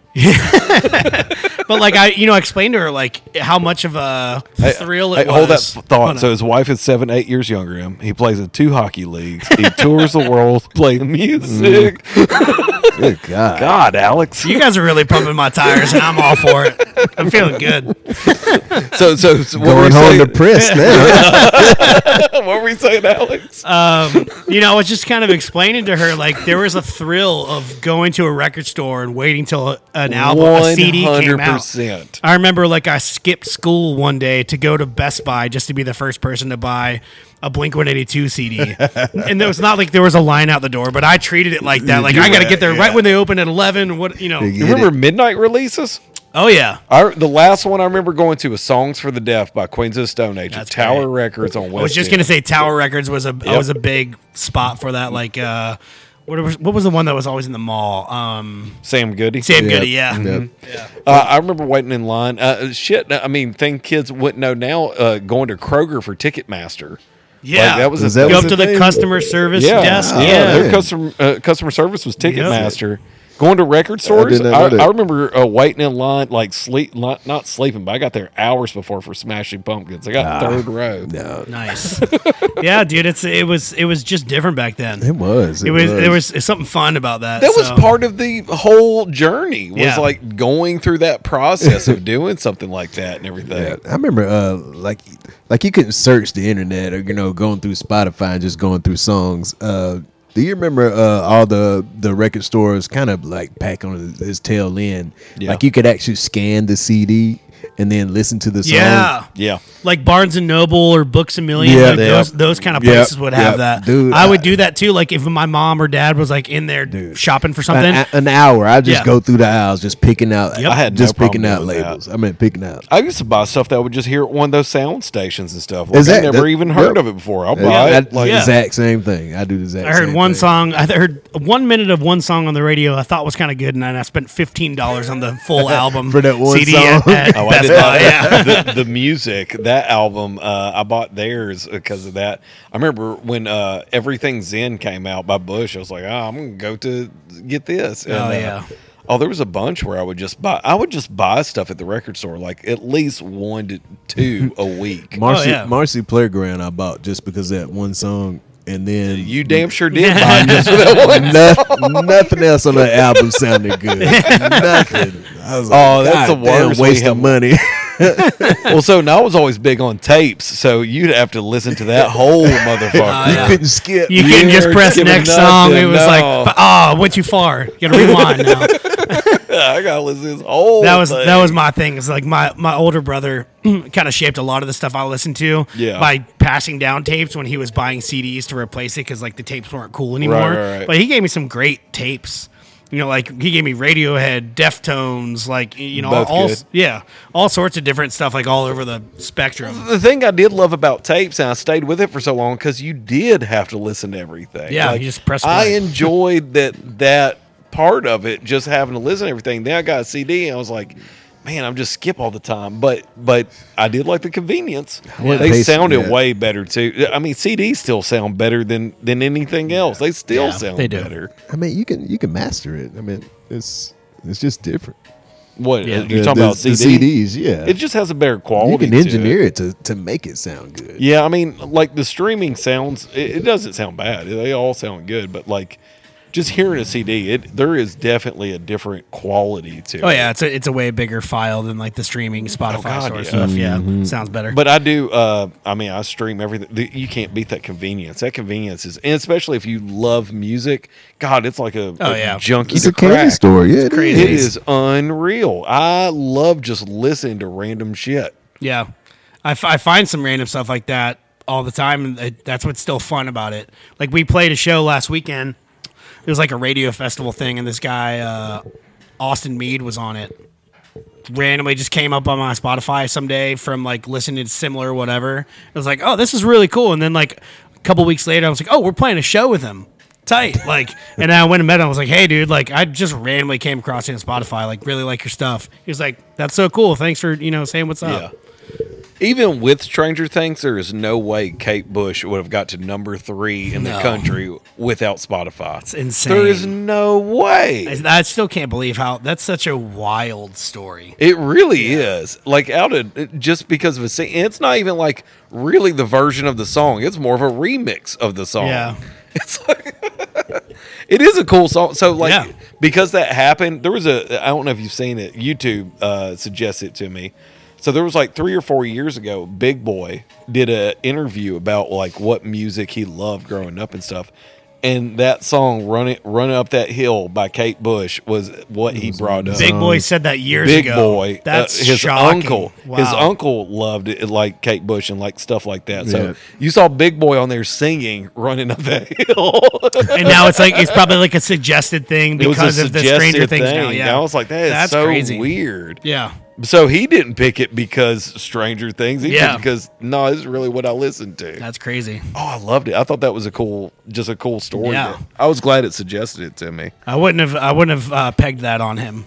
but like I, you know, I explained to her like how much of a thrill
Hey,
it
hold that
was.
thought. So his wife is seven, eight years younger than him. He plays in two hockey leagues. He tours the world playing music.
Good God.
God, Alex.
you guys are really pumping my tires, and I'm all for it. I'm feeling good.
so, so, so what, were we
Going home
saying,
depressed now.
what were we saying, Alex?
Um, you know, I was just kind of explaining to her like there was a thrill of going to a record store and waiting till an album, a CD came out.
100%.
I remember like I skipped school one day to go to Best Buy just to be the first person to buy a Blink 182 CD. and it was not like there was a line out the door, but I treated it like that. Like I got to get there right when they open at 11. What, you know?
You
You
get
remember midnight releases?
Oh, yeah.
I, the last one I remember going to was "Songs for the Deaf" by Queens of the Stone Age, at
That's
Tower
right.
Records on West.
I was just
End.
going to say Tower Records was a was a big spot for that. Like, uh, what was, what was the one that was always in the mall? Um,
Sam Goody.
Sam
Yep.
Goody, yeah.
Yep.
Uh, I remember waiting in line. Uh, shit, I mean, thing kids wouldn't know now. Uh, going to Kroger for Ticketmaster.
Yeah.
Like, that was a
Is that
thing.
Go
was
up to
the
the
thing? Oh,
customer service
yeah,
desk.
yeah.
yeah.
Their customer uh, customer service was Ticketmaster. Going to record stores,
not
I,
know
I,
that.
remember uh, waiting in line, like sleep, not, not sleeping, but I got there hours before for Smashing Pumpkins. I got
Ah,
third row.
Mm-hmm. Nice. yeah, dude, it's it was it was just different back then.
It was.
It was there was something fun about that.
that
so-
was part of the whole journey was
Yeah.
like going through that process of doing something like that and everything
Yeah, I remember uh like like you couldn't search the internet or you know going through Spotify and just going through songs. Uh do you remember uh, all the the record stores kind of like pack on his, his tail end?
Yeah.
Like you could actually scan the CD and then listen to the song.
Yeah.
yeah
Like Barnes and Noble or Books a Million,
Yeah,
like
yeah.
those those kind of
Yep,
places would have
yep.
that.
Dude,
I
I-
would do that too. Like if my mom or dad was like in there shopping for something,
An, an hour. I just
Yeah.
go through the aisles, just picking out.
Yep. I
had no
just picking
problem
out
doing that.
labels. I mean, picking out.
i used to buy stuff that I would just hear at one of those sound stations and stuff like
Is
i
that-
never
that-
even heard
yeah.
of it before i'll
Yeah,
buy
I-
it like
yeah.
exact same thing. I do the exact.
I heard
same
one
thing.
song. I heard one minute of one song on the radio. I thought was kind of good, and then I spent fifteen dollars on the full album
For that one
CD At,
song?
at
Oh, I
Best
did
Buy.
not.
Yeah.
the, the music, that album, uh, I bought theirs because of that. I remember when uh, Everything Zen came out by Bush, I was like, oh, I'm going to go to get this. And,
Oh,
uh,
yeah.
Oh, there was a bunch where I would just buy. I would just buy stuff at the record store, like at least one to two a week.
Marcy
Oh, yeah.
Marcy Playground. I bought just because of that one song, and then
You damn sure did buy just for that one.
Noth- nothing else on that album sounded good. nothing. I was
Oh, that's the
"Goddamn
worst. We
waste
have-
of money.
Well, so now I was always big on tapes, so you'd have to listen to that
Oh,
whole
you
motherfucker.
couldn't skip.
You can just
You're
press
giving
next song. It
nothing,
was
no.
like, oh, went too far. You gotta rewind now.
I gotta listen to this whole.
that was
thing.
that was my thing. It's like my my older brother kind of shaped a lot of the stuff I listened to
Yeah.
by passing down tapes when he was buying CDs to replace it because like the tapes weren't cool anymore.
right, right.
But he gave me some great tapes. You know, like he gave me Radiohead, Deftones, like you know,
Both
all
good.
yeah, all sorts of different stuff, like all over the spectrum.
the thing I did love about tapes, and I stayed with it for so long because you did have to listen to everything.
Yeah, you just press
I
play.
enjoyed that that part of it, just having to listen to everything. Then I got a CD, and I was like, man, I'm just skip all the time. But but I did like the convenience.
wouldn't
They
pay-
sounded
yeah.
way better too. I mean, CDs still sound better than than anything else. They still
Yeah,
sound
they do.
better.
I mean, you can you can master it. I mean, it's it's just different.
What
Yeah.
you
The-
talking
the-
about?
the
CD?
CDs? Yeah,
It just has a better quality.
you can
to it.
engineer it. to to make it sound good.
Yeah, I mean, like the streaming sounds, it, it doesn't sound bad. They all sound good, but like just hearing a CD, it there is definitely a different quality to.
Oh
it.
yeah, it's a it's a way bigger file than like the streaming Spotify
Oh, God,
sort of
yeah.
stuff. Yeah, sounds better.
But I do. Uh, I mean, I stream everything. The- You can't beat that convenience. That convenience is, and especially if you love music. God, it's like a,
Oh,
a
yeah.
junkie.
It's
to
a candy
crack.
store. Yeah, it's
crazy.
It is unreal. I love just listening to random shit.
Yeah, I, f- I find some random stuff like that all the time, and it- that's what's still fun about it. Like we played a show last weekend. It was like a radio festival thing, and this guy uh, Austin Mead was on it. Randomly, just came up on my Spotify someday from like listening to similar whatever. I was like, oh, this is really cool. And then like a couple weeks later, I was like, oh, we're playing a show with him. Tight, like, and I went and met him. I was like, "Hey, dude, like, I just randomly came across you on Spotify. Like, really like your stuff." He was like, "That's so cool. Thanks for you know saying what's up."
Even with Stranger Things, there is no way Kate Bush would have got to number three in
No.
the country without Spotify. It's
insane.
There is no way.
I I still can't believe how that's such a wild story.
It really is. Like out of just because of a scene, and it's not even like really the version of the song. It's more of a remix of the song.
Yeah.
It's like it is a cool song. So like
Yeah.
because that happened, there was a I don't know if you've seen it. YouTube uh suggested it to me. So there was like 3 or 4 years ago, Big Boy did a interview about like what music he loved growing up and stuff. And that song "Run It Run Up That Hill" by Kate Bush was what he brought up.
Big boy said that years
Um, Big
ago.
boy. uh,
That's
his
shocking.
uncle.
Wow.
His uncle loved it, like Kate Bush and like stuff like that. So
Yeah.
you saw Big Boy on there singing, running up that hill.
And now it's like it's probably like a suggested thing
it was
because
a
of the
suggested
Stranger Things now.
thing.
Yeah,
I was like, that is
That's
so
crazy.
weird.
yeah,
So he didn't pick it because Stranger Things. He
Yeah.
yeah. because no, this is really what I listened to.
that's crazy.
oh, I loved it. I thought that was a cool, just a cool story.
Yeah.
that- I was glad it suggested it to me.
I wouldn't have. I wouldn't have uh, pegged that on him.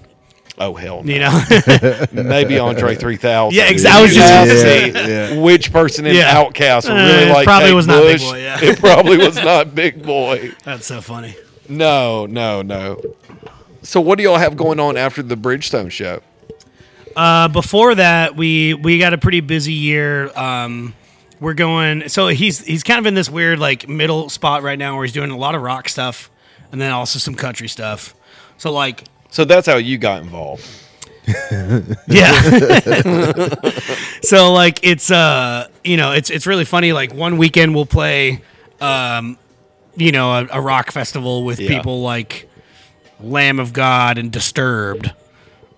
Oh hell, no.
You know,
maybe Andre 3000.
Yeah, ex- I was just
Yeah,
gonna
say-
see
Yeah.
which person in
Yeah.
Outcast
Uh,
would really
it
like
probably
Kate
was not Big
Bush.
Boy, yeah.
It probably was not Big Boy.
that's so funny.
No, no, no. So what do y'all have going on after the Bridgestone show?
Uh, before that, we we got a pretty busy year. Um, we're going. So he's he's kind of in this weird like middle spot right now where he's doing a lot of rock stuff and then also some country stuff. So like
So that's how you got involved.
Yeah. so like it's uh you know it's it's really funny. Like one weekend we'll play um you know a, a rock festival with
Yeah.
people like Lamb of God and Disturbed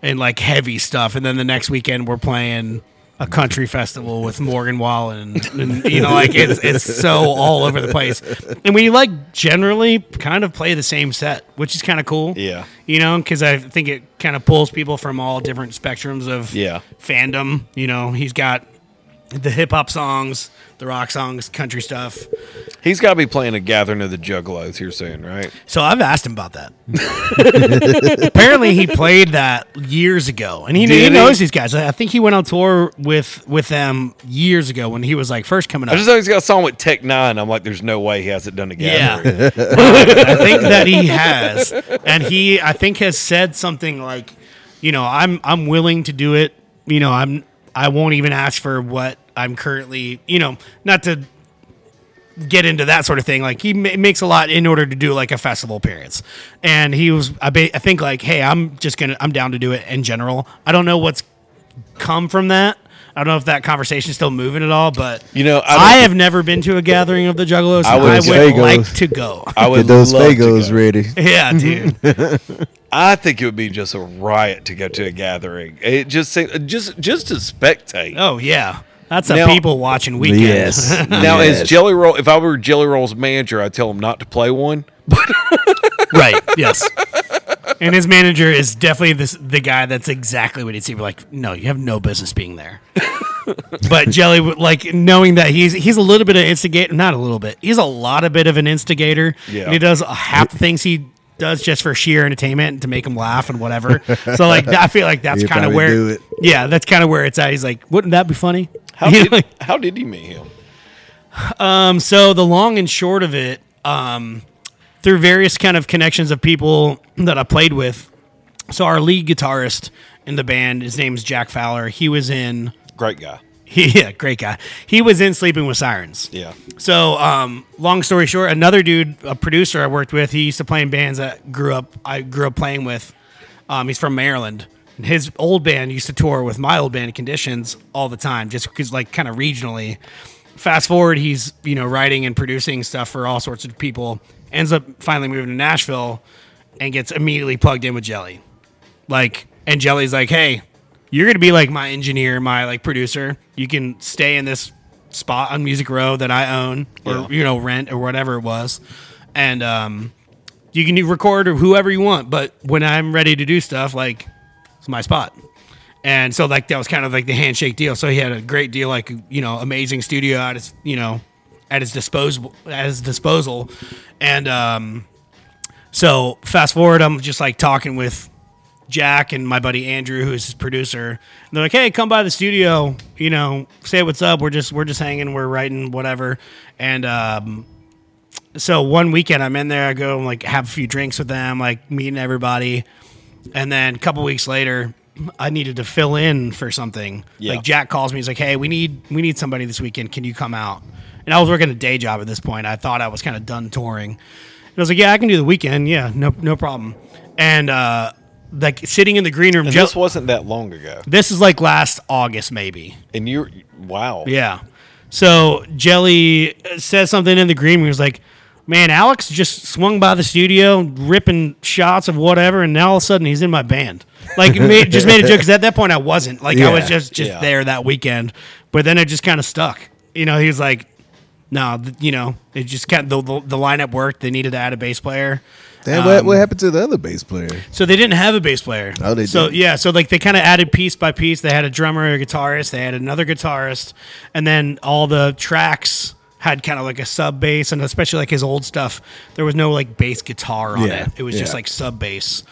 and like heavy stuff, and then the next weekend we're playing. A country festival with Morgan Wallen, and you know, like it's it's so all over the place, and we like generally kind of play the same set, which is kind of cool
Yeah.
you know, because I think it kind of pulls people from all different spectrums of
Yeah.
fandom. You know, he's got the hip hop songs, the rock songs, country stuff.
He's got to be playing a gathering of the Juggalos here soon, right?
So I've asked him about that. Apparently, he played that years ago, and he, he
Did he?
knows these guys. I think he went on tour with with them years ago when he was like first coming
I
up.
just know he's got a song with Tech Nine. I'm like, there's no way he hasn't done a
Yeah.
gathering.
I think that he has. And he I think has said something like, you know, I'm I'm willing to do it. You know, I'm I won't even ask for what I'm currently, you know, not to get into that sort of thing. Like he ma- makes a lot in order to do like a festival appearance, and he was I, ba- I think like, hey, I'm just gonna I'm down to do it in general. I don't know what's come from that. I don't know if that conversation's still moving at all, but
You know, I don't-
I, have never been to a gathering of the Juggalos. I,
I would-
I would
Fagos.
like to go.
I would
Get those
love to
fagos
go.
ready.
yeah, dude.
I think it would be just a riot to go to a gathering. It just se- just just to spectate.
Oh yeah, that's a
Now-
people watching weekend.
Yes.
Now,
yes.
as Jelly Roll, if I were Jelly Roll's manager, I'd tell him not to play one.
right. Yes. And his manager is definitely this the guy that's exactly what he'd see. We're like, no, you have no business being there. but Jelly, would- like knowing that he's he's a little bit of instigator, not a little bit. He's a lot of bit of an instigator.
Yeah.
And he does half the things he does just for sheer entertainment and to make him laugh and whatever. so like, I feel like that's
You
kind of
probably
where,
do it.
yeah, that's kind of where it's at. He's like, wouldn't that be funny?
How
You know,
did,
like-
how did you meet him?
Um, so the long and short of it, um, through various kind of connections of people that I played with. So our lead guitarist in the band, his name's Jack Fowler. He was in
Great guy.
He, yeah, great guy. He was in Sleeping with Sirens.
Yeah.
So, um, long story short, another dude, a producer I worked with, he used to play in bands that grew up. I grew up playing with. Um, he's from Maryland. And His old band used to tour with my old band Conditions all the time, just because like kind of regionally. Fast forward, he's you know writing and producing stuff for all sorts of people. Ends up finally moving to Nashville, and gets immediately plugged in with Jelly. Like, and Jelly's like, "Hey, you're gonna be like my engineer, my like producer. You can stay in this spot on Music Row that I own, or
Yeah.
you know, rent or whatever it was, and um, you can do record or whoever you want. But when I'm ready to do stuff, like, it's my spot." And so, like, that was kind of like the handshake deal. So he had a great deal, like, you know, amazing studio at his, you know, at his disposal, at his disposal, and um, so fast forward, I'm just like talking with Jack and my buddy Andrew, who's his producer. And they're like, "Hey, come by the studio. You know, say what's up. We're just we're just hanging. We're writing whatever." And um, so one weekend, I'm in there. I go and like have a few drinks with them, like meeting everybody. And then a couple weeks later, I needed to fill in for something.
Yeah.
Like Jack calls me. He's like, "Hey, we need we need somebody this weekend. Can you come out?" And I was working a day job at this point. I thought I was kind of done touring. And I was like, "Yeah, I can do the weekend. Yeah, no no problem." And uh, like sitting in the green room,
And
Joe-
this wasn't that long ago.
this is like last August, maybe.
And you're wow.
Yeah. So Jelly uh, says something in the green room. He was like, "Man, Alex just swung by the studio, ripping shots of whatever, and now all of a sudden he's in my band." Like, it made, just made a joke because at that point I wasn't. Like, I was
Yeah,
just just
yeah.
there that weekend, but then it just kind of stuck. You know, he was like, "No, th- you know, it just kind the, the the lineup worked. They needed to add a bass player."
Damn, what,
Um,
what happened to the other bass player?
So they didn't have a bass player.
Oh, they
So
didn't.
yeah, so like they kind of added piece by piece. They had a drummer, a guitarist, they had another guitarist, and then all the tracks had kind of like a sub bass, and especially like his old stuff, there was no like bass guitar on
Yeah,
it. It was just
yeah.
like sub bass.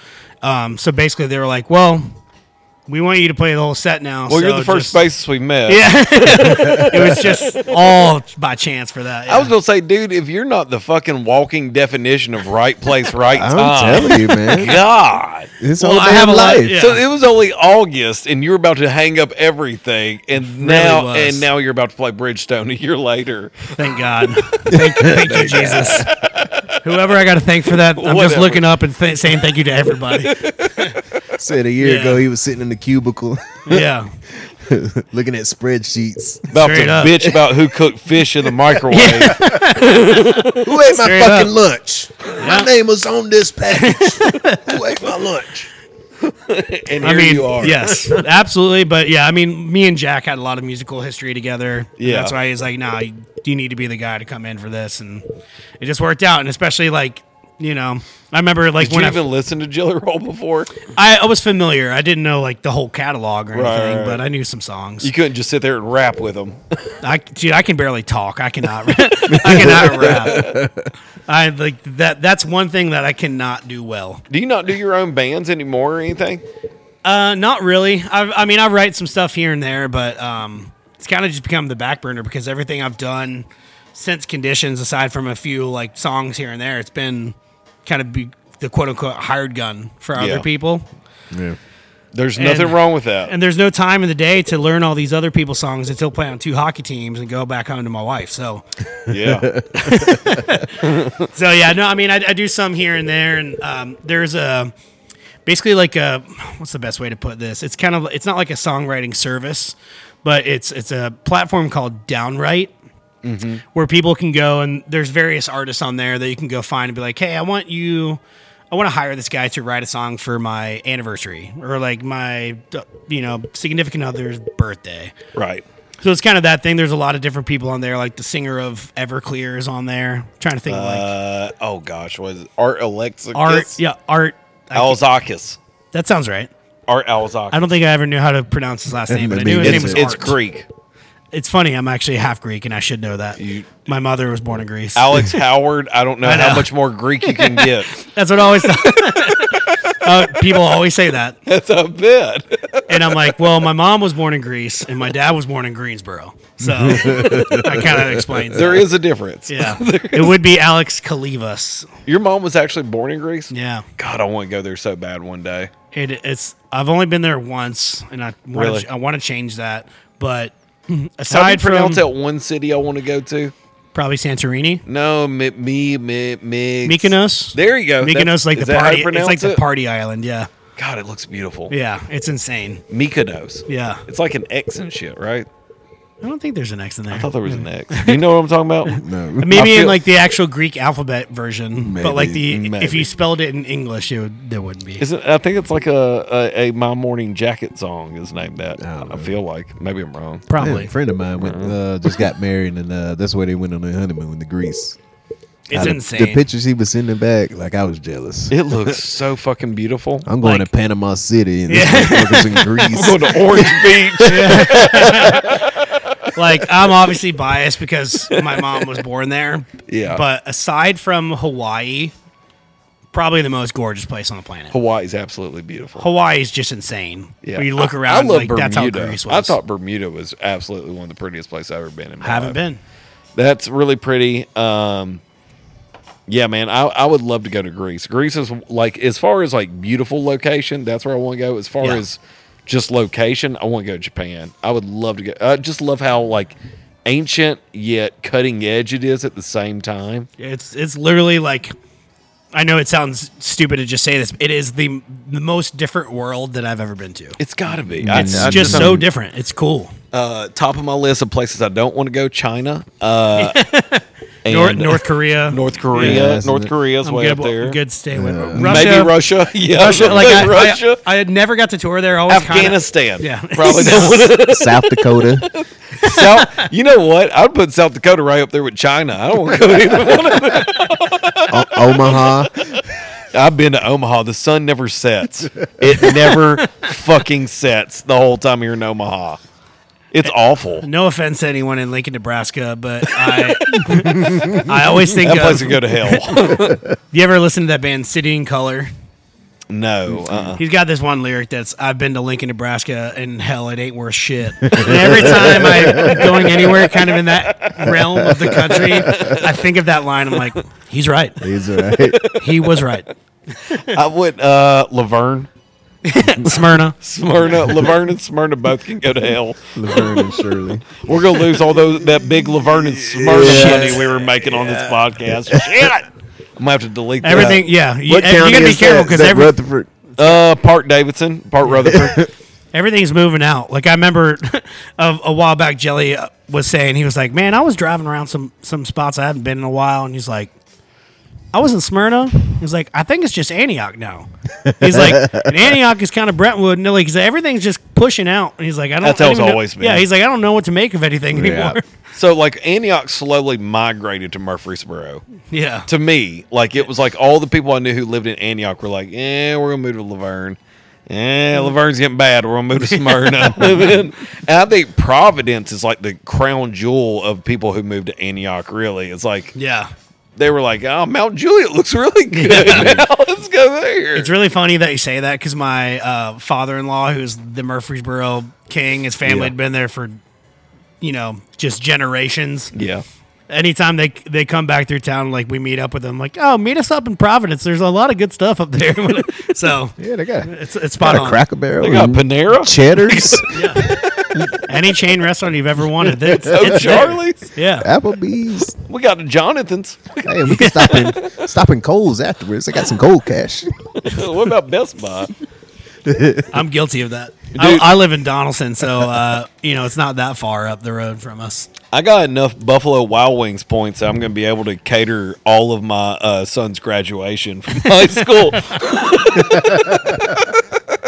Um, so basically, they were like, "Well, we want you to play the whole set now."
Well,
so
you're the first
just-
bassist we met.
Yeah, it was just all by chance for that.
I was
yeah.
gonna say, dude, if you're not the fucking walking definition of right place, right
I'm
time,
telling you, man.
God.
It's
Well,
all
I
I
have a lot-
life.
yeah.
So it was only August, and you were about to hang up everything, and now
was.
and now you're about to play Bridgestone a year later.
Thank God. Thank, thank you, Jesus. Whoever I got to thank for that, I'm just
Whatever.
looking up and th- saying thank you to everybody.
Said a year
Yeah.
ago he was sitting in the cubicle
Yeah.
looking at spreadsheets.
About
Straight
to
up.
bitch about who cooked fish in the microwave.
Who ate my
Straight
fucking
up.
lunch?
Yeah.
My name was on this package. Who ate my lunch?
And here
I mean,
you are.
yes, absolutely. But yeah, I mean, me and Jack had a lot of musical history together.
Yeah.
That's why he's like, nah, you you need to be the guy to come in for this. And it just worked out. And especially like, you know, I remember like
Did
when
you
I,
even listen to Jelly Roll before?
I, I was familiar. I didn't know like the whole catalog or
Right,
anything,
right,
but
right.
I knew some songs.
You couldn't just sit there and rap with them.
I dude, I can barely talk. I cannot. I cannot rap. I like that. That's one thing that I cannot do well.
Do you not do your own bands anymore or anything?
Uh, not really. I, I mean, I write some stuff here and there, but um, it's kind of just become the back burner because everything I've done since conditions, aside from a few like songs here and there, it's been kind of be the quote unquote hired gun for
Yeah.
other people.
There's nothing
And-
wrong with that.
And there's no time in the day to learn all these other people's songs until play on two hockey teams and go back home to my wife. So
yeah.
So yeah, no, I mean, I, I do some here and there, and um, there's a basically like a what's the best way to put this? It's kind of it's not like a songwriting service, but it's it's a platform called Downright. Where people can go and there's various artists on there that you can go find and be like, hey, I want you, I want to hire this guy to write a song for my anniversary or like my, you know, significant other's birthday.
Right.
So it's kind of that thing. There's a lot of different people on there. Like the singer of Everclear is on there. trying to think of like
Uh, oh gosh, was it Art Alexakis?
Art, yeah, Art. I
Alzakis.
can't- that sounds right.
Art Alzakis.
I don't think I ever knew how to pronounce his last name, but I knew his
Maybe
name
it's,
was
it's
Art.
Greek.
It's funny. I'm actually half Greek, and I should know that.
You-
My mother was born in Greece.
Alex Howard. I don't know,
I know.
how much more Greek you can get.
That's what I always. uh, people always say that,
That's a bit.
and I'm like, well, my mom was born in Greece, and my dad was born in Greensboro, so that kind of explains.
There
that.
is a difference.
Yeah, it would be Alex Kalivas.
Your mom was actually born in Greece.
Yeah,
God, I want to go there so bad one day.
It, it's I've only been there once, and I want
Really?
to, I want to change that, but
How do you
Aside from
pronounce that one city I want to go to?
probably Santorini,
No, me, me, me, me.
Mykonos.
There you go. Oh, That's-
Mykonos, like
is
the
that how
party.
you
It's like
pronounce
the
it?
party island. Yeah,
God, it looks beautiful.
yeah. It's insane.
Mykonos.
Yeah.
It's like an X and shit, right?
I don't think there's an X in there.
I thought there was an X. Do you know what I'm talking about?
No.
Uh, Maybe
I
in
feel-
like the actual Greek alphabet version, but like the
Maybe,
if you
maybe.
spelled it in English, it would, there wouldn't be.
Isn't I think it's like a, a, a My Morning Jacket song is named that.
I don't
I,
know.
feel like. Maybe I'm wrong.
Yeah,
Probably.
a friend of mine
Uh-huh.
went, uh, just got married, and uh, that's where they went on their honeymoon to Greece.
it's
Out of-
insane.
The pictures he was sending back, like I was jealous.
It looks so fucking beautiful.
I'm going
Like-
to Panama City and
Yeah.
this motherfucker's in Greece.
Go to Orange Beach.
like I'm obviously biased because my mom was born there.
Yeah.
But aside from Hawaii, probably the most gorgeous place on the planet.
Hawaii's absolutely beautiful.
Hawaii is just insane.
Yeah.
When you look
I-
around,
I love
like
Bermuda.
that's how Greece was.
I thought Bermuda was absolutely one of the prettiest places I've ever been in. my
haven't
life.
been.
That's really pretty. Um, yeah, man, I, I would love to go to Greece. Greece is like as far as like beautiful location. That's where I want to go. As far
Yeah.
as just location, I want to go to Japan. I would love to go. I just love how like ancient yet cutting edge it is at the same time.
It's it's literally like I know it sounds stupid to just say this. It is the the most different world that I've ever been to.
It's got to be.
It's
I- I
just so
I'm-
different. It's cool.
uh, top of my list of places I don't want to go. China, uh, and
North, North Korea.
North
Yeah,
Korea,
that's-
North Korea's
I'm
way
good,
up there.
I'm good stay with Russia.
Maybe Russia. Yeah,
Russia, like
maybe
I,
Russia.
I, I had never got to tour there. I Always kinda-
Afghanistan.
Yeah.
Probably not.
South Dakota.
South, you know what? I'd put South Dakota right up there with China. I don't want to go to either one. of them.
O- Omaha.
I've been to Omaha. The sun never sets. It never fucking sets the whole time you're in Omaha. It's awful.
No offense to anyone in Lincoln, Nebraska, but I I always think
That
of,
place would go to hell.
you ever listen to that band City in Color?
No. Uh-uh.
He's got this one lyric that's I've been to Lincoln, Nebraska, and hell, it ain't worth shit. And every time I'm going anywhere, kind of in that realm of the country, I think of that line. I'm like, he's right.
He's all right.
He was right.
I would uh, Laverne.
Smyrna.
Smyrna, Laverne and Smyrna both can go to hell.
Laverne and Shirley.
We're gonna lose all those that big Laverne and Smyrna
Yeah.
money we were making on this podcast. Shit, I'm gonna have to delete that.
Everything, yeah. You,
What
and you
county
gotta be
is
careful
that?
because
Is that
every,
Rutherford.
Uh, Park Davidson, Park Rutherford.
everything's moving out. Like I remember of a while back, Jelly uh, was saying he was like, "Man, I was driving around some some spots I hadn't been in a while," and he's like, "I was in Smyrna." He's like, "I think it's just Antioch now." He's like, and "Antioch is kind of Brentwood," and they're like, 'cause everything's just pushing out. And he's like, "I don't."
That's
I
how
don't
it's
even know-
always been.
Yeah, he's like, "I don't know what to make of anything
Yeah.
anymore."
so like Antioch slowly migrated to Murfreesboro.
Yeah,
To me, like it was like all the people I knew who lived in Antioch were like, "Yeah, we're gonna move to Laverne." Yeah, Laverne's getting bad. We're gonna move to Smyrna. and I think Providence is like the crown jewel of people who moved to Antioch. Really, it's like
yeah.
they were like, "Oh, Mount Juliet looks really good. now. Let's go there."
It's really funny that you say that because my uh, father-in-law, who's the Murfreesboro king, his family
Yeah.
had been there for, you know, just generations.
yeah,
anytime they they come back through town, like we meet up with them, like, oh, meet us up in Providence. There's a lot of good stuff up there. so
Yeah, they got,
it's it's spot
got a
on.
Cracker Barrel.
they got
and
Panera.
Cheddar's.
Any chain restaurant you've ever wanted, it's,
Oh,
it's there.
Charlie's.
Yeah,
Applebee's.
We got a Jonathan's.
Hey, we can stop in stop in Coles afterwards. They got some cold cash.
what about Best Buy?
I'm guilty of that. I,
Dude.
I live in Donaldson, so uh, you know it's not that far up the road from us.
I got enough Buffalo Wild Wings points. that I'm going to be able to cater all of my uh, son's graduation from high school.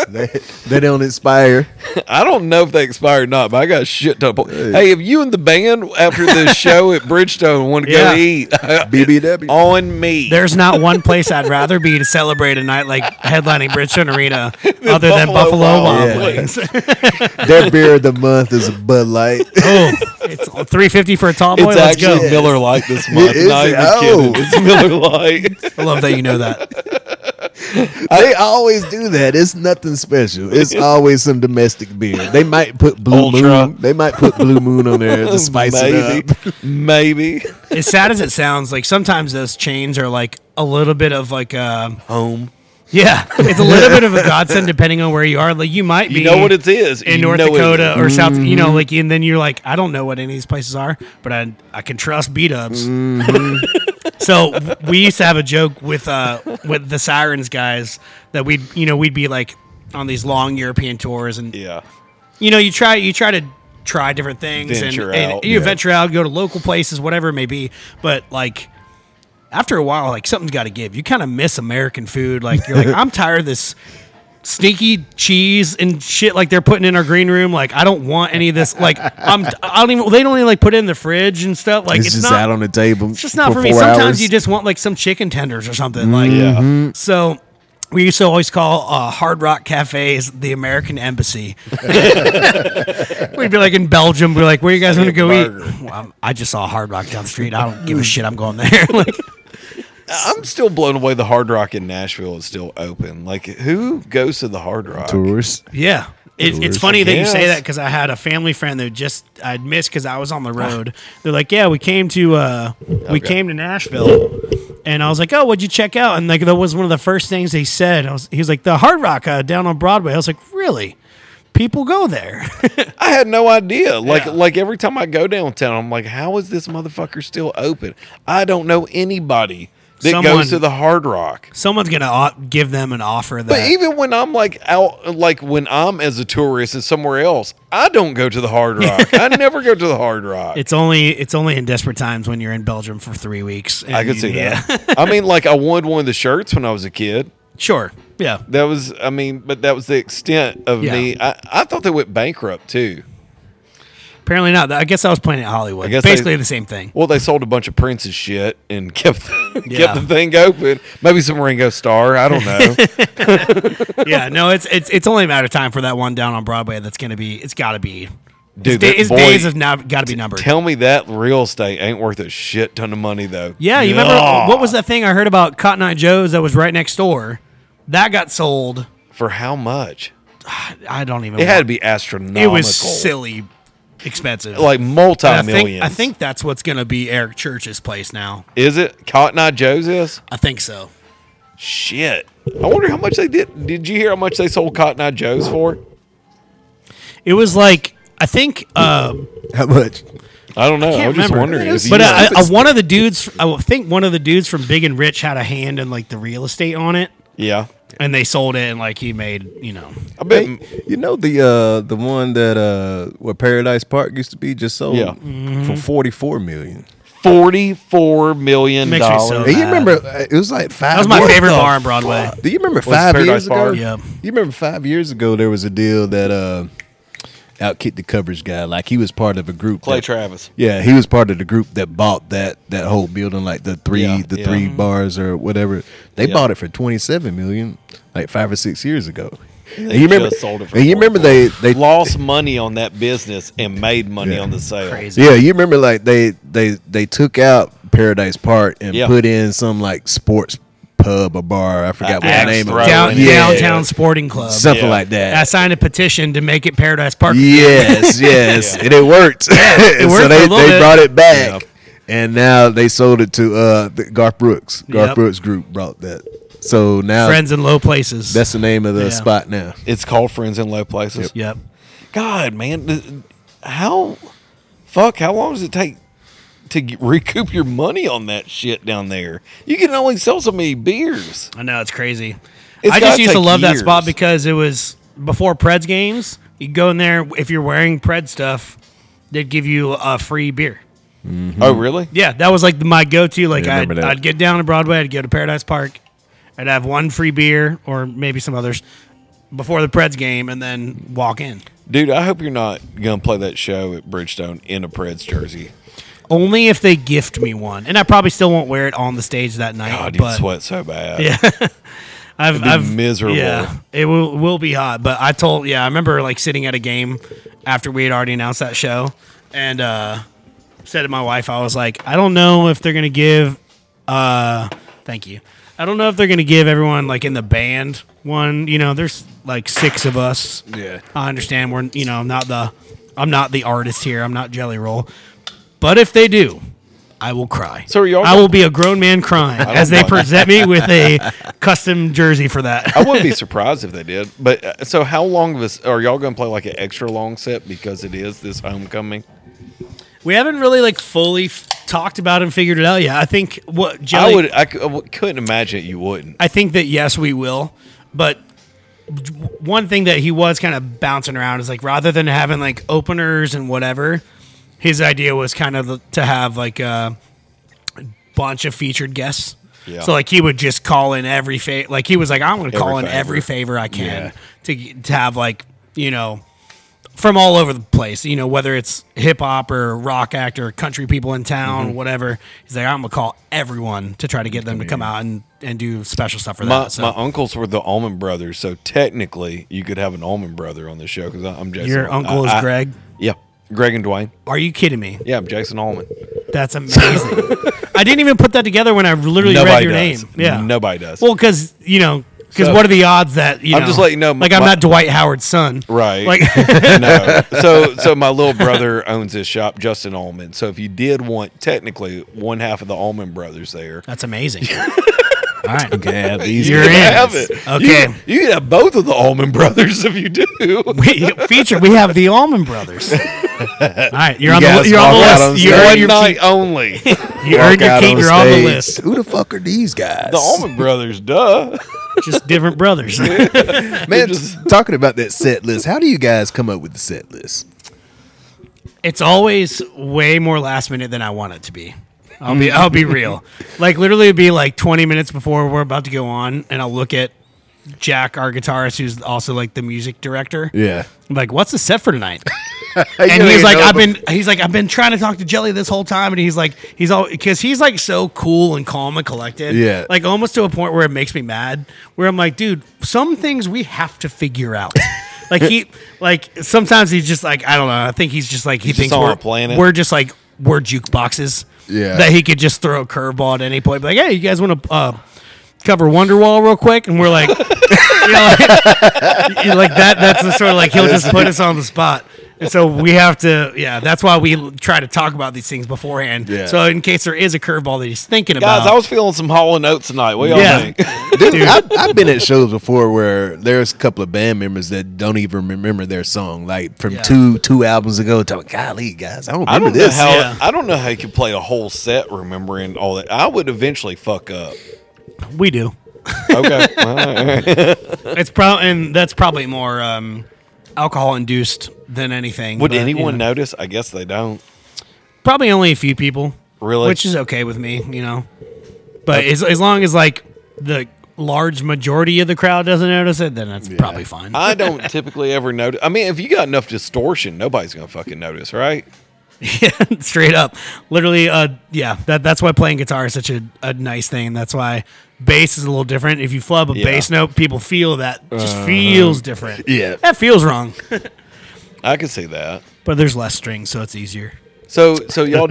they, they don't inspire.
I don't know if they expire or not, but I got a shit ton of points. Hey, if you and the band after this show at Bridgestone want to
Yeah.
go eat,
BBW.
on me.
There's not one place I'd rather be to celebrate a night like headlining Bridgestone Arena other than
Buffalo
Buffalo
Wild
Wild
Wings.
Wings.
Their beer of the month is a Bud Light.
oh, it's 350 for a tall boy.
it's
Let's
actually
go.
Miller Lite this month.
Is
Not
it?
even
Oh.
kidding. It's Miller Lite.
I love that you know that.
they always do that. It's nothing special. It's always some domestic beer. They might put Blue
Ultra.
Moon. They might put Blue Moon on there to spice it up.
Maybe. Maybe.
as sad as it sounds, like sometimes those chains are like a little bit of like uh,
Home.
Yeah, it's a little bit of a godsend depending on where you are. Like you might be,
You know what it is
in
You
North
know it
Dakota
is. Mm-hmm.
or South. You know, like and then you're like, I don't know what any of these places are, but I I can trust beat ups.
Mm-hmm.
so we used to have a joke with uh with the sirens guys that we'd you know we'd be like on these long European tours and
Yeah.
you know you try you try to try different things
Venture
and,
out,
and you
yeah.
venture out go to local places whatever it may be but like after a while like something's got to give you kind of miss american food like you're like i'm tired of this sneaky cheese and shit like they're putting in our green room like i don't want any of this like i'm i don't even they don't even like put it in the fridge and stuff like
It's,
it's,
just
not
out on the table.
it's just not for, me.
four
Sometimes
hours. Mm-hmm.
you just want like some chicken tenders or something. Like
Yeah.
so. We used to always call uh, Hard Rock cafes the American Embassy. We'd be like in Belgium. We're like, where you guys want to go
burger.
eat? Well, I'm- I just saw Hard Rock down the street. I don't give a shit. I'm going there. like,
I'm still blown away the Hard Rock in Nashville is still open. Like, who goes to the Hard Rock?
tourists.
Yeah. It, it's
Tours,
funny
I
that you say
guess.
that because I had a family friend that just I'd missed because I was on
Ah.
the road. They're like, "Yeah, we came to uh, we came to Nashville," and I was like, "Oh, what'd you check out?" And like that was one of the first things they said. I was, he was like, "The Hard Rock uh, down on Broadway." I was like, "Really? People go there?"
I had no idea. Like,
Yeah.
like every time I go downtown, I'm like, how is this motherfucker still open? I don't know anybody that
Someone-
goes to the Hard Rock.
Someone's gonna o- give them an offer
But
that.
even when I'm like out, like when I'm as a tourist and somewhere else, I don't go to the Hard Rock. I never go to the Hard Rock.
It's only it's only in desperate times when you're in Belgium for three weeks.
I
and
could
you-
see
yeah.
that. I mean, like I wanted one of the shirts when I was a kid.
sure. Yeah.
That was, I mean, but that was the extent of
Yeah.
me. I, I thought they went bankrupt too.
Apparently not. I guess I was playing at Hollywood.
guess they-
Basically the same thing.
Well, they sold a bunch of Prince's shit and kept the,
Yeah.
kept the thing open. Maybe some Ringo Starr. I don't know.
yeah, no, it's it's it's only a matter of time for that one down on Broadway. That's gonna be it's gotta be.
Dude,
his,
that
his
boy-
days have now gotta be numbered.
Tell me that real estate ain't worth a shit ton of money though.
yeah, you remember
Ugh.
what was that thing I heard about Cotton Eye Joe's that was right next door? That got sold.
for how much?
I don't even.
It had to
want-
be astronomical.
It was silly, expensive.
like multi
And I
millions.
think I think that's what's gonna be Eric Church's place now.
is it Cotton Eye Joe's? Is
I think so.
shit. I wonder how much they did. Did you hear how much they sold Cotton Eye Joe's for?
It was like I think. Uh,
How much?
I don't know. I,
can't
was just
remember.
wondering. if you
But
know.
uh, I- I- one of the dudes, I think one of the dudes from Big and Rich had a hand in like the real estate on it,
yeah,
and they sold it, and like he made, you know,
I bet.
Hey, you know the uh, the one that uh, where Paradise Park used to be just sold
Yeah.
for forty four million.
Forty-four million
Makes me so-
dollars.
And you
Uh,
remember uh, it was like five.
that was my
what
favorite
the
bar on Broadway.
fuck? Do you remember five
Paradise
years ago?
Park?
Yeah.
You remember five years ago there was a deal that uh, outkicked the coverage guy. Like he was part of a group.
Clay
that-
Travis.
Yeah, he was part of the group that bought that that whole building, like the three
Yeah,
the
yeah.
three
Mm-hmm.
bars or whatever. They
Yeah.
bought it for twenty seven million, like five or six years ago. And
they
you remember?
just sold it for
and you remember they they
Lost money on that business and made money
Yeah.
on the sale.
Crazy.
Yeah, you remember like they they they took out Paradise Park and
Yeah.
put in some like sports pub or bar. I forgot what
axe
the name of
throw.
it.
Down,
Yeah.
Downtown Sporting Club.
Something
Yeah.
like
I
that.
signed a petition to make it Paradise Park.
yes, yes,
Yeah.
and it worked. And
worked for
so
a
they
little
they
bit.
brought it back, and now they sold it to uh the Garth Brooks. Garth
Yep.
Brooks Group brought that. So now
Friends in low places.
that's the name of the
Yeah.
spot now.
It's called Friends in Low Places.
yep.
God, man, th- how fuck? How long does it take to g- recoup your money on that shit down there? You can only sell so many beers.
I know it's crazy.
It's
I just
gotta
used to
take
love that spot
years.
because it was before Preds games. You go in there if you're wearing Pred stuff, they'd give you a free beer. Mm-hmm.
Oh, really?
Yeah, that was like the, my go-to. Like
Yeah, I
I'd,
remember that.
I'd get down to Broadway, I'd go to Paradise Park, I'd have one free beer or maybe some others before the Preds game, and then walk in.
Dude, I hope you're not gonna play that show at Bridgestone in a Preds jersey.
Only if they gift me one, and I probably still won't wear it on the stage that night.
God, you'd
but
sweat so bad.
Yeah. I've,
be
I've
miserable.
Yeah, it will will be hot. But I told yeah, I remember like sitting at a game after we had already announced that show, and uh, said to my wife, I was like, I don't know if they're gonna give. Uh, thank you. I don't know if they're gonna give everyone like in the band one. You know, there's like six of us.
Yeah.
I understand we're you know I'm not the I'm not the artist here. I'm not Jelly Roll, but if they do, I will cry.
So are y'all-
I will be a grown man crying
don't
as they
want-
present me with a custom jersey for that.
I wouldn't be surprised if they did. But uh, so, how long of this are y'all going to play like an extra long set because it is this homecoming?
We haven't really like fully f- talked about and figured it out yet. I think what Jelly,
I would. I, cou- I w- couldn't imagine you wouldn't.
I think that yes, we will. But one thing that he was kind of bouncing around is like rather than having like openers and whatever, his idea was kind of to have like a bunch of featured guests.
Yeah.
So like he would just call in every fa- like he was like I'm going to call in
favor.
every favor I can to to have like you know from all over the place you know whether it's hip hop or rock actor country people in town
Mm-hmm.
whatever he's like I'm going to call everyone to try to get them to come out and and do special stuff for
My,
that. So
my uncles were the Allman Brothers, so technically you could have an Allman Brother on the show because I'm Jason.
your
Allman.
uncle is
I- I-
Greg.
Yeah, Greg and Dwayne.
Are you kidding me?
Yeah, I'm Jason Allman.
That's amazing. I didn't even put that together when I literally read
Nobody
your
does.
name. Yeah,
Nobody does.
Well, because you know, because
So-
what are the odds that you?
I'm
know,
just letting you know,
Like
my-
I'm not Dwight Howard's son,
Right.
Like
no. So so my little brother owns his shop, Justin Allman. So if you did want technically one half of the Allman Brothers there,
that's amazing. All right,
Yeah, these
You're
you
in.
can have it.
Okay.
You, you can have both of the Allman Brothers if you do.
we feature. We have the Allman Brothers. All right, you're on the
guys
you're on the
walk out
list.
on
you're
stage.
on
One
your
night
keep.
only. the
You earned your keep. You're on the list.
Who the fuck are these guys?
Allman Brothers, duh.
Just different brothers.
Man, just talking about that set list. How do you guys come up with the set list?
It's always way more last minute than I want it to be. I'll be I'll be real. Like literally it'd be like 20 minutes before we're about to go on and I'll look at Jack our guitarist who's also like the music director.
Yeah.
I'm like what's the set for tonight? and he's like I've been he's like I've been trying to talk to Jelly this whole time and he's like he's all cuz he's like so cool and calm and collected.
Yeah.
Like almost to a point where it makes me mad where I'm like dude, some things we have to figure out. like he like sometimes he's just like I don't know, I think he's just like he
just
thinks
on
we're
a planet.
we're just like we're jukeboxes.
Yeah.
That he could just throw a curveball at any point. Be like, hey, you guys want to uh, cover Wonderwall real quick? And we're like, you know, like, you know, like that. That's the sort of like he'll just put us on the spot. And so we have to, yeah. That's why we l- try to talk about these things beforehand.
Yeah.
So in case there is a curveball that he's thinking
Guys, I
about,
was feeling some Hall and Oates tonight. What y'all
yeah,
think?
Dude, I've, I've been at shows before where there's a couple of band members that don't even remember their song, like from
Yeah.
two two albums ago. Talking, golly, guys, I don't remember
I don't
this.
know how
yeah.
I don't know how you could play a whole set remembering all that. I would eventually fuck up.
we do.
Okay. All right.
It's probably and that's probably more um, alcohol induced than anything.
Would
but, you
anyone
know.
notice? I guess they don't.
Probably only a few people.
Really?
Which is okay with me, you know. But as, as long as like the large majority of the crowd doesn't notice it, then that's probably fine.
I don't typically ever notice. I mean, if you got enough distortion, nobody's gonna fucking notice, right?
Straight up. Literally, uh yeah, that that's why playing guitar is such a, a nice thing. That's why bass is a little different. If you flub a
Yeah.
bass note, people feel that. It just feels different.
yeah.
That feels wrong.
I can see that.
but there's less strings, so it's easier.
So, so y'all,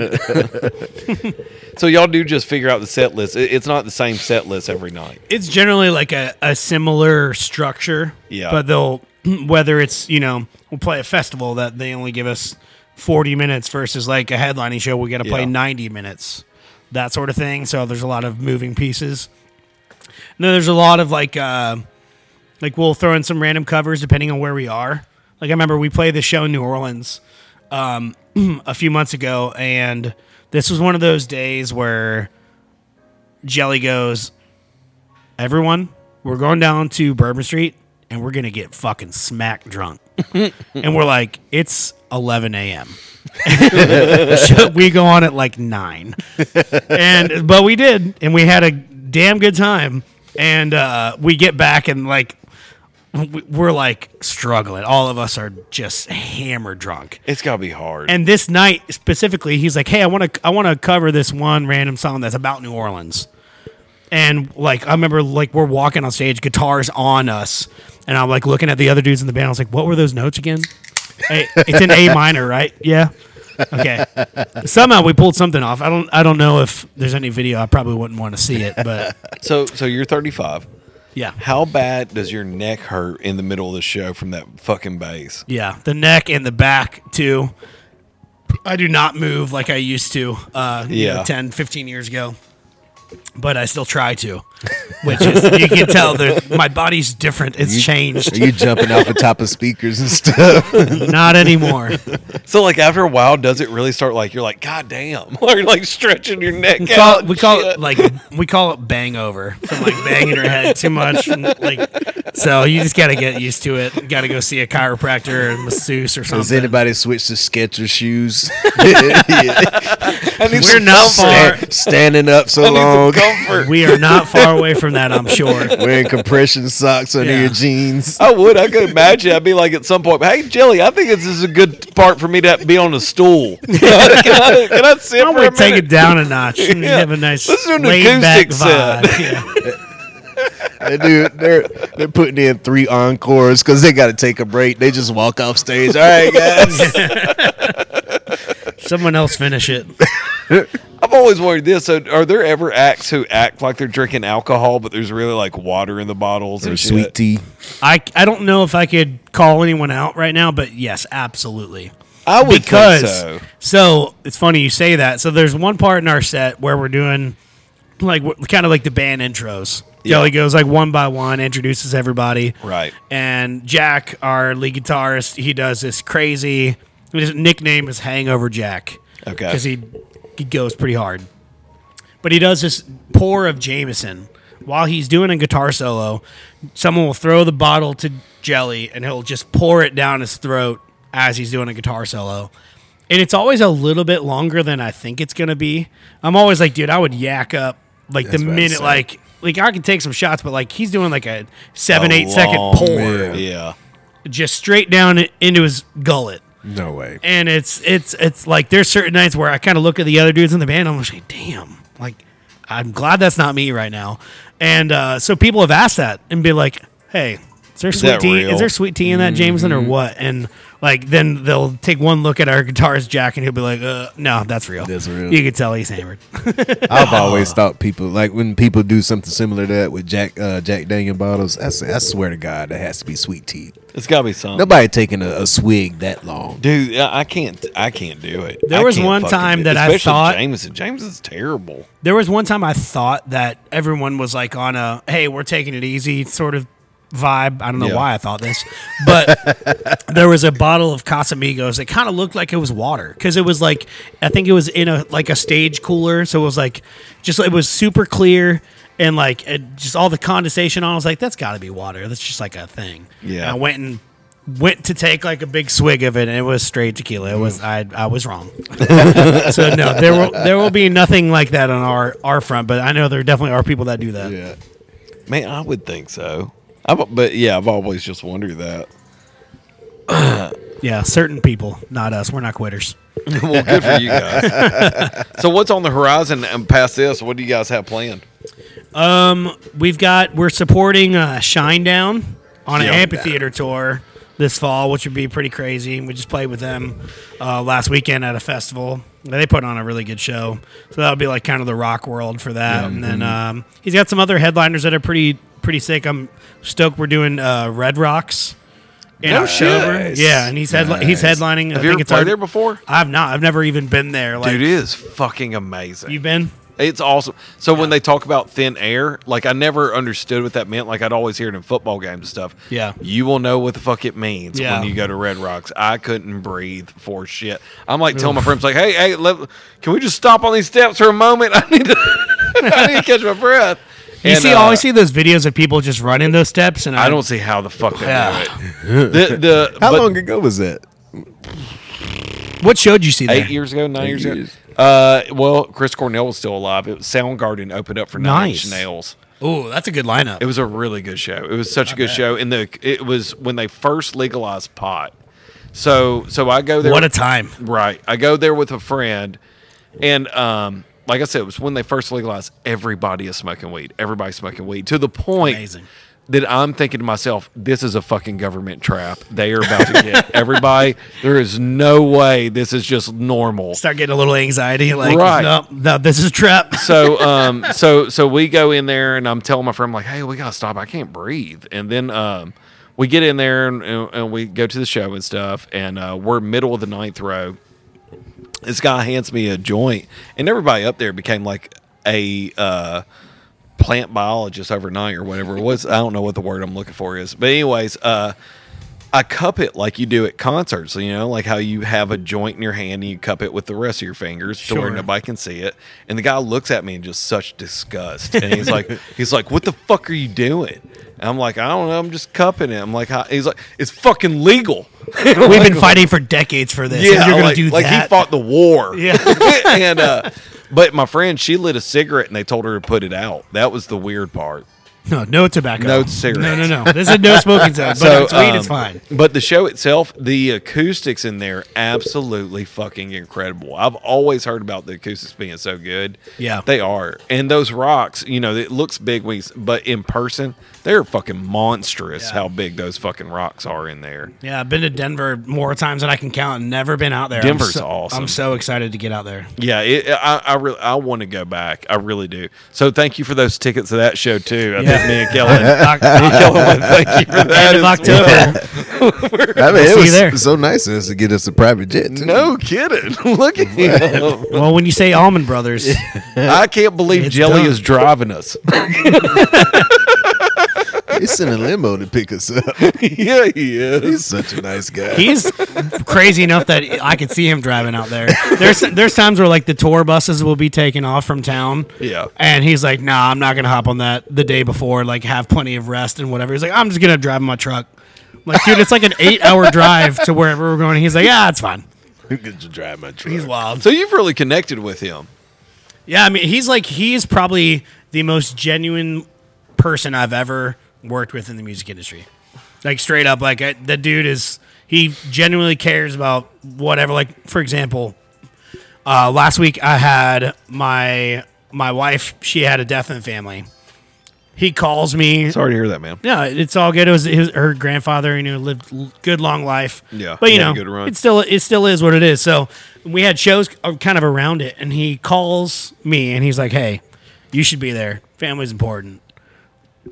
so y'all do just figure out the set list. It- It's not the same set list every night.
it's generally like a, a similar structure.
Yeah.
But they'll whether it's, you know, we'll play a festival that they only give us forty minutes versus like a headlining show we gotta play
Yeah.
ninety minutes. That sort of thing. So there's a lot of moving pieces. And then there's a lot of like uh like we'll throw in some random covers depending on where we are. Like I remember we played this show in New Orleans um, a few months ago, and this was one of those days where Jelly goes, "Everyone, we're going down to Bourbon Street, and we're gonna get fucking smack drunk." and we're like, "It's 11 a.m." Should we go on at like nine? and but we did, and we had a damn good time. And uh, we get back and like w- we're like struggling. All of us are just hammer drunk.
It's gotta be hard.
And this night specifically, he's like, "Hey, I want to I want to cover this one random song that's about New Orleans." And like I remember, like we're walking on stage, guitars on us, and I'm like looking at the other dudes in the band. I was like, "What were those notes again?" hey, it's in A minor, right? Yeah. Okay. Somehow we pulled something off. I don't. I don't know if there's any video. I probably wouldn't want to see it, but
so, so you're 35.
yeah,
How bad does your neck hurt in the middle of the show from that fucking bass?
yeah. The neck and the back too. I do not move like I used to uh, you know,
Yeah.
10, 15 years ago, but I still try to, which is, you can tell that my body's different. It's changed.
You jumping off the top of speakers and stuff.
Not anymore.
So like after a while, does it really start like you're like, God damn, or you're like stretching your neck
We call,
out?
it, we call
shit.
it like we call it bang over from like banging her head too much. and, like so, you just gotta get used to it. You gotta go see a chiropractor or masseuse or
Has
something.
anybody switched to Skechers shoes?
I need
We're
some
not far.
Stand- standing up so
I need some
long,
comfort.
We are not far away from that. I'm sure.
wearing compression socks under
Yeah.
your jeans.
I would. I could imagine. I'd be like at some point, hey, Jelly, I think this is a good part for me to be on a stool. can, I, can I sit
Why
for a
don't we take
minute?
it down a notch and have a nice
Let's do an
laid back
acoustic set.
vibe? Yeah.
They do. They're they're putting in three encores because they got to take a break. They just walk off stage. All right, guys.
Someone else finish it.
I've always worried this. So are there ever acts who act like they're drinking alcohol, but there's really like water in the bottles or
Sweet tea.
I I don't know if I could call anyone out right now, but yes, absolutely.
I would
because
think
so.
so.
it's funny you say that. So there's one part in our set where we're doing like kind of like the band intros.
Yeah.
Kelly goes like one by one, introduces everybody.
Right.
And Jack, our lead guitarist, he does this crazy. His nickname is Hangover Jack.
Okay.
Because he he goes pretty hard. But he does this pour of Jameson while he's doing a guitar solo. Someone will throw the bottle to Jelly, and he'll just pour it down his throat as he's doing a guitar solo. And it's always a little bit longer than I think it's gonna be. I'm always like, dude, I would yak up like the
what I'd
minute,
say.
like, like I can take some shots, but like he's doing like a seven,
A
eight second
long-
pour,
Oh, Yeah.
just straight down i- into his gullet
No way.
and it's it's it's like there's certain nights where I kind of look at the other dudes in the band. I'm just like, damn, like I'm glad that's not me right now. And uh, so people have asked that and be like, hey, is there sweet
that
tea?
real?
Is there sweet tea in that Jameson or what? And like then they'll take one look at our guitarist Jack and he'll be like, uh, no, that's real.
That's real.
You can tell he's hammered.
I've always thought people like when people do something similar to that with Jack uh, Jack Daniel bottles. I, s- I swear to God, that has to be sweet tea.
It's got to be something.
Nobody taking a, a swig that long.
Dude, I I can't. I can't do it.
There
I
was
can't
one
fucking
time
do-
that I
especially
thought-
Jameson. Jameson's terrible.
There was one time I thought that everyone was like on a hey, we're taking it easy sort of vibe. I don't know
Yeah.
why I thought this, but there was a bottle of Casamigos. It kind of looked like it was water because it was like I think it was in a like a stage cooler, so it was like just it was super clear and like it, just all the condensation on. it. I was like, that's got to be water. That's just like a thing.
Yeah.
And I went and. Went to take like a big swig of it, and it was straight tequila. It was I.
Mm.
I was wrong. So no, there will there will be nothing like that on our our front. But I know there definitely are people that do that.
Yeah.
Man, I would think so. I've, but yeah, I've always just wondered that.
Yeah, certain people, not us. We're not quitters.
well, good for you guys. so, what's on the horizon and past this? What do you guys have planned?
We've got we're supporting uh, Shinedown on an
Yeah.
amphitheater tour this fall, which would be pretty crazy. We just played with them uh, last weekend at a festival. They put on a really good show, so that'll be like kind of the rock world for that. And then
Mm-hmm.
um, he's got some other headliners that are pretty pretty sick. I'm stoked we're doing uh, Red Rocks. In
No
October,
shit.
yeah, and he's headli- he's headlining.
Have
I
you
think
ever
it's our-
played there before?
I've not. I've never even been there. Like
Dude, it is fucking amazing.
you've been.
It's awesome. So when they talk about thin air, like I never understood what that meant. Like I'd always hear it in football games and stuff.
Yeah.
You will know what the fuck it means
Yeah.
when you go to Red Rocks. I couldn't breathe for shit. I'm like telling my friends, like, hey, hey, let, can we just stop on these steps for a moment? I need to, I need to catch my breath.
You
And,
see,
uh,
always see those videos of people just running those steps, and
I don't see how the fuck they
Yeah.
do it. The, the,
How
but-
long ago was that?
What show did you see there?
Eight years ago, nine years,
years.
ago. Uh, well, Chris Cornell was still alive. It was Soundgarden opened up for Nine Inch
Nice.
Nails.
Oh, that's a good lineup.
It was a really good show. It was such a good show, and the it was when they first legalized pot. So so I go there.
What a time!
Right, I go there with a friend, and um, like I said, it was when they first legalized. Everybody is smoking weed. Everybody's smoking weed to the point
Amazing.
that I'm thinking to myself, this is a fucking government trap. They are about to get everybody. There is no way this is just normal.
Start getting a little anxiety. Like,
Right.
no, no, this is a trap.
so um so so we go in there and I'm telling my friend like hey we gotta stop I can't breathe and then um we get in there and, and, and we go to the show and stuff and uh, we're middle of the ninth row this guy hands me a joint, and everybody up there became like a uh, plant biologist overnight or whatever it was. I don't know what the word I'm looking for is, but anyways, uh, I cup it like you do at concerts. You know, like how you have a joint in your hand and you cup it with the rest of your fingers to where
Sure.
nobody can see it. And the guy looks at me in just such disgust, and he's like, he's like, "What the fuck are you doing?" And I'm like, "I don't know. I'm just cupping it." I'm like, how? "He's like, it's fucking legal."
We've been fighting for decades for this. and you're gonna
like,
do
like
that.
he fought the war.
Yeah.
and uh, but my friend, she lit a cigarette and they told her to put it out. That was the weird part.
no, no tobacco.
No cigarettes.
No, no, no. This is a no smoking zone. But so, it's weed,
um,
it's fine.
But the show itself, the acoustics in there, absolutely fucking incredible. I've always heard about the acoustics being so good.
Yeah.
they are. And those rocks, you know, it looks big, when you s- but in person, they're fucking monstrous.
Yeah.
How big those fucking rocks are in there.
Yeah, I've been to Denver more times than I can count. and Never been out there. I'm
Denver's
so-
awesome.
I'm so excited to get out there.
Yeah, it, I, I really I want to go back. I really do. So thank you for those tickets to that show too. I
Yeah.
think me and Kellen.
Oc-
Kellen would thank you for that.
End of
as
October.
well.
I mean,
see
it
you
was
there.
so nice of us to get us a private jet. Too.
No kidding. Look at him.
Well, when you say Almond Brothers,
I can't believe
It's
Jelly
done.
is driving us.
it's in a limo to pick us up.
yeah, he is.
He's such a nice guy.
he's crazy enough that I could see him driving out there. There's there's times where like the tour buses will be taking off from town.
Yeah.
And he's like, "Nah, I'm not gonna hop on that the day before. Like, have plenty of rest and whatever." He's like, "I'm just gonna drive in my truck." I'm like, dude, it's like an eight hour drive to wherever we're going. He's like, "Yeah, it's fine."
Good to drive my truck.
He's wild.
So you've really connected with him.
Yeah, I mean, he's like he's probably the most genuine person I've ever worked with in the music industry. Like straight up, like I, the dude is he genuinely cares about whatever. Like for example, uh, last week I had my my wife. She had a death in the family. He calls me.
Sorry to hear that, man.
No, it's all good. It was his, her grandfather, you know, lived l- good long life.
Yeah,
but you
yeah,
know,
good run.
it still it still is what it is. So we had shows uh, kind of around it, and he calls me and he's like, "Hey, you should be there. Family's important.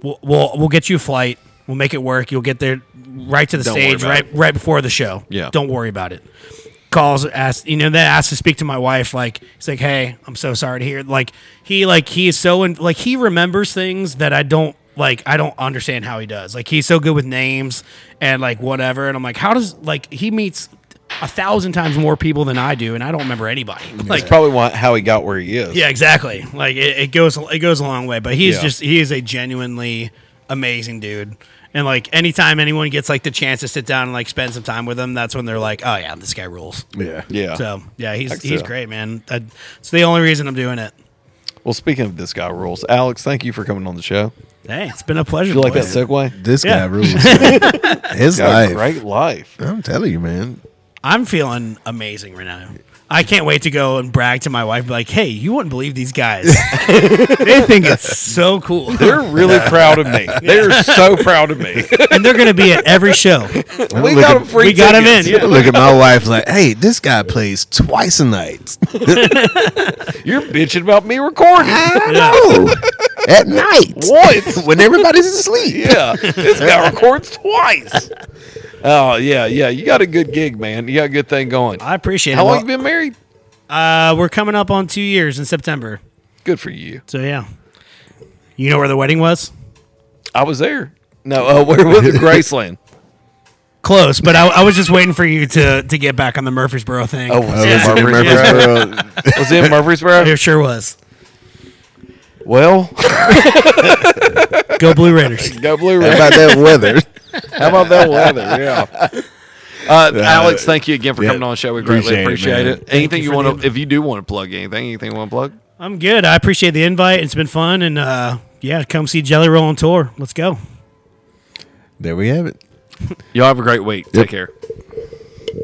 We'll we'll, we'll get you a flight. We'll make it work. You'll get there right to the
Don't worry
stage
about
right right before the show.
Yeah.
don't worry about it." Calls asks you know then asks to speak to my wife like he's like hey I'm so sorry to hear like he like he is so in, like he remembers things that I don't like I don't understand how he does like he's so good with names and like whatever and I'm like how does like he meets a thousand times more people than I do and I don't remember anybody like
That's probably why, how he got where he is.
yeah, exactly. Like it, it goes it goes a long way, but he's
Yeah.
just he is a genuinely amazing dude. And like anytime anyone gets like the chance to sit down and like spend some time with him, that's when they're like, "Oh yeah, this guy rules."
Yeah.
Yeah.
So yeah, he's
Excellent.
he's great, man. I, it's the only reason I'm doing it.
Well, speaking of this guy rules, Alex, thank you for coming on the show.
Hey, it's been a pleasure.
Did you like that
boys.
segue?
This
Yeah.
guy rules. man. His
Got a
life.
great life.
I'm telling you, man.
I'm feeling amazing right now. I can't wait to go and brag to my wife, be like, "Hey, you wouldn't believe these guys. they think it's so cool,
They're really proud of me. They're so proud of me.
and they're gonna be at every show.
we
look
got
at-
him free.
we got him
tickets.
in. Yeah.
I look at my wife like, hey, this guy plays twice a night.
You're bitching about me recording.
Oh, at night.
What?
When everybody's asleep.
yeah, this guy records twice. Oh yeah, yeah. You got a good gig, man. You got a good thing going.
I appreciate
How
it.
long you been married?
Uh, we're coming up on two years in September.
Good for you.
So yeah, you know where the wedding was?
I was there. No, uh, where was it? Graceland.
Close, but I, I was just waiting for you to to get back on the Murfreesboro thing.
Oh, was,
Oh,
it
is it
Murfreesboro?
Murfreesboro?
was it Murfreesboro?
it sure was.
Well,
Go Blue Raiders.
go Blue
How
Ray.
about that weather?
How about that weather? Yeah. Uh, Alex, thank you again for coming on the show. We greatly appreciate
Appreciate it,
it.
man.
Anything you,
you for
want
the-
to, if you do want to plug anything, anything you want to plug?
I'm good. I appreciate the invite. It's been fun, and uh, yeah, come see Jelly Roll on tour. Let's go.
There we have it.
Y'all have a great week. Take care.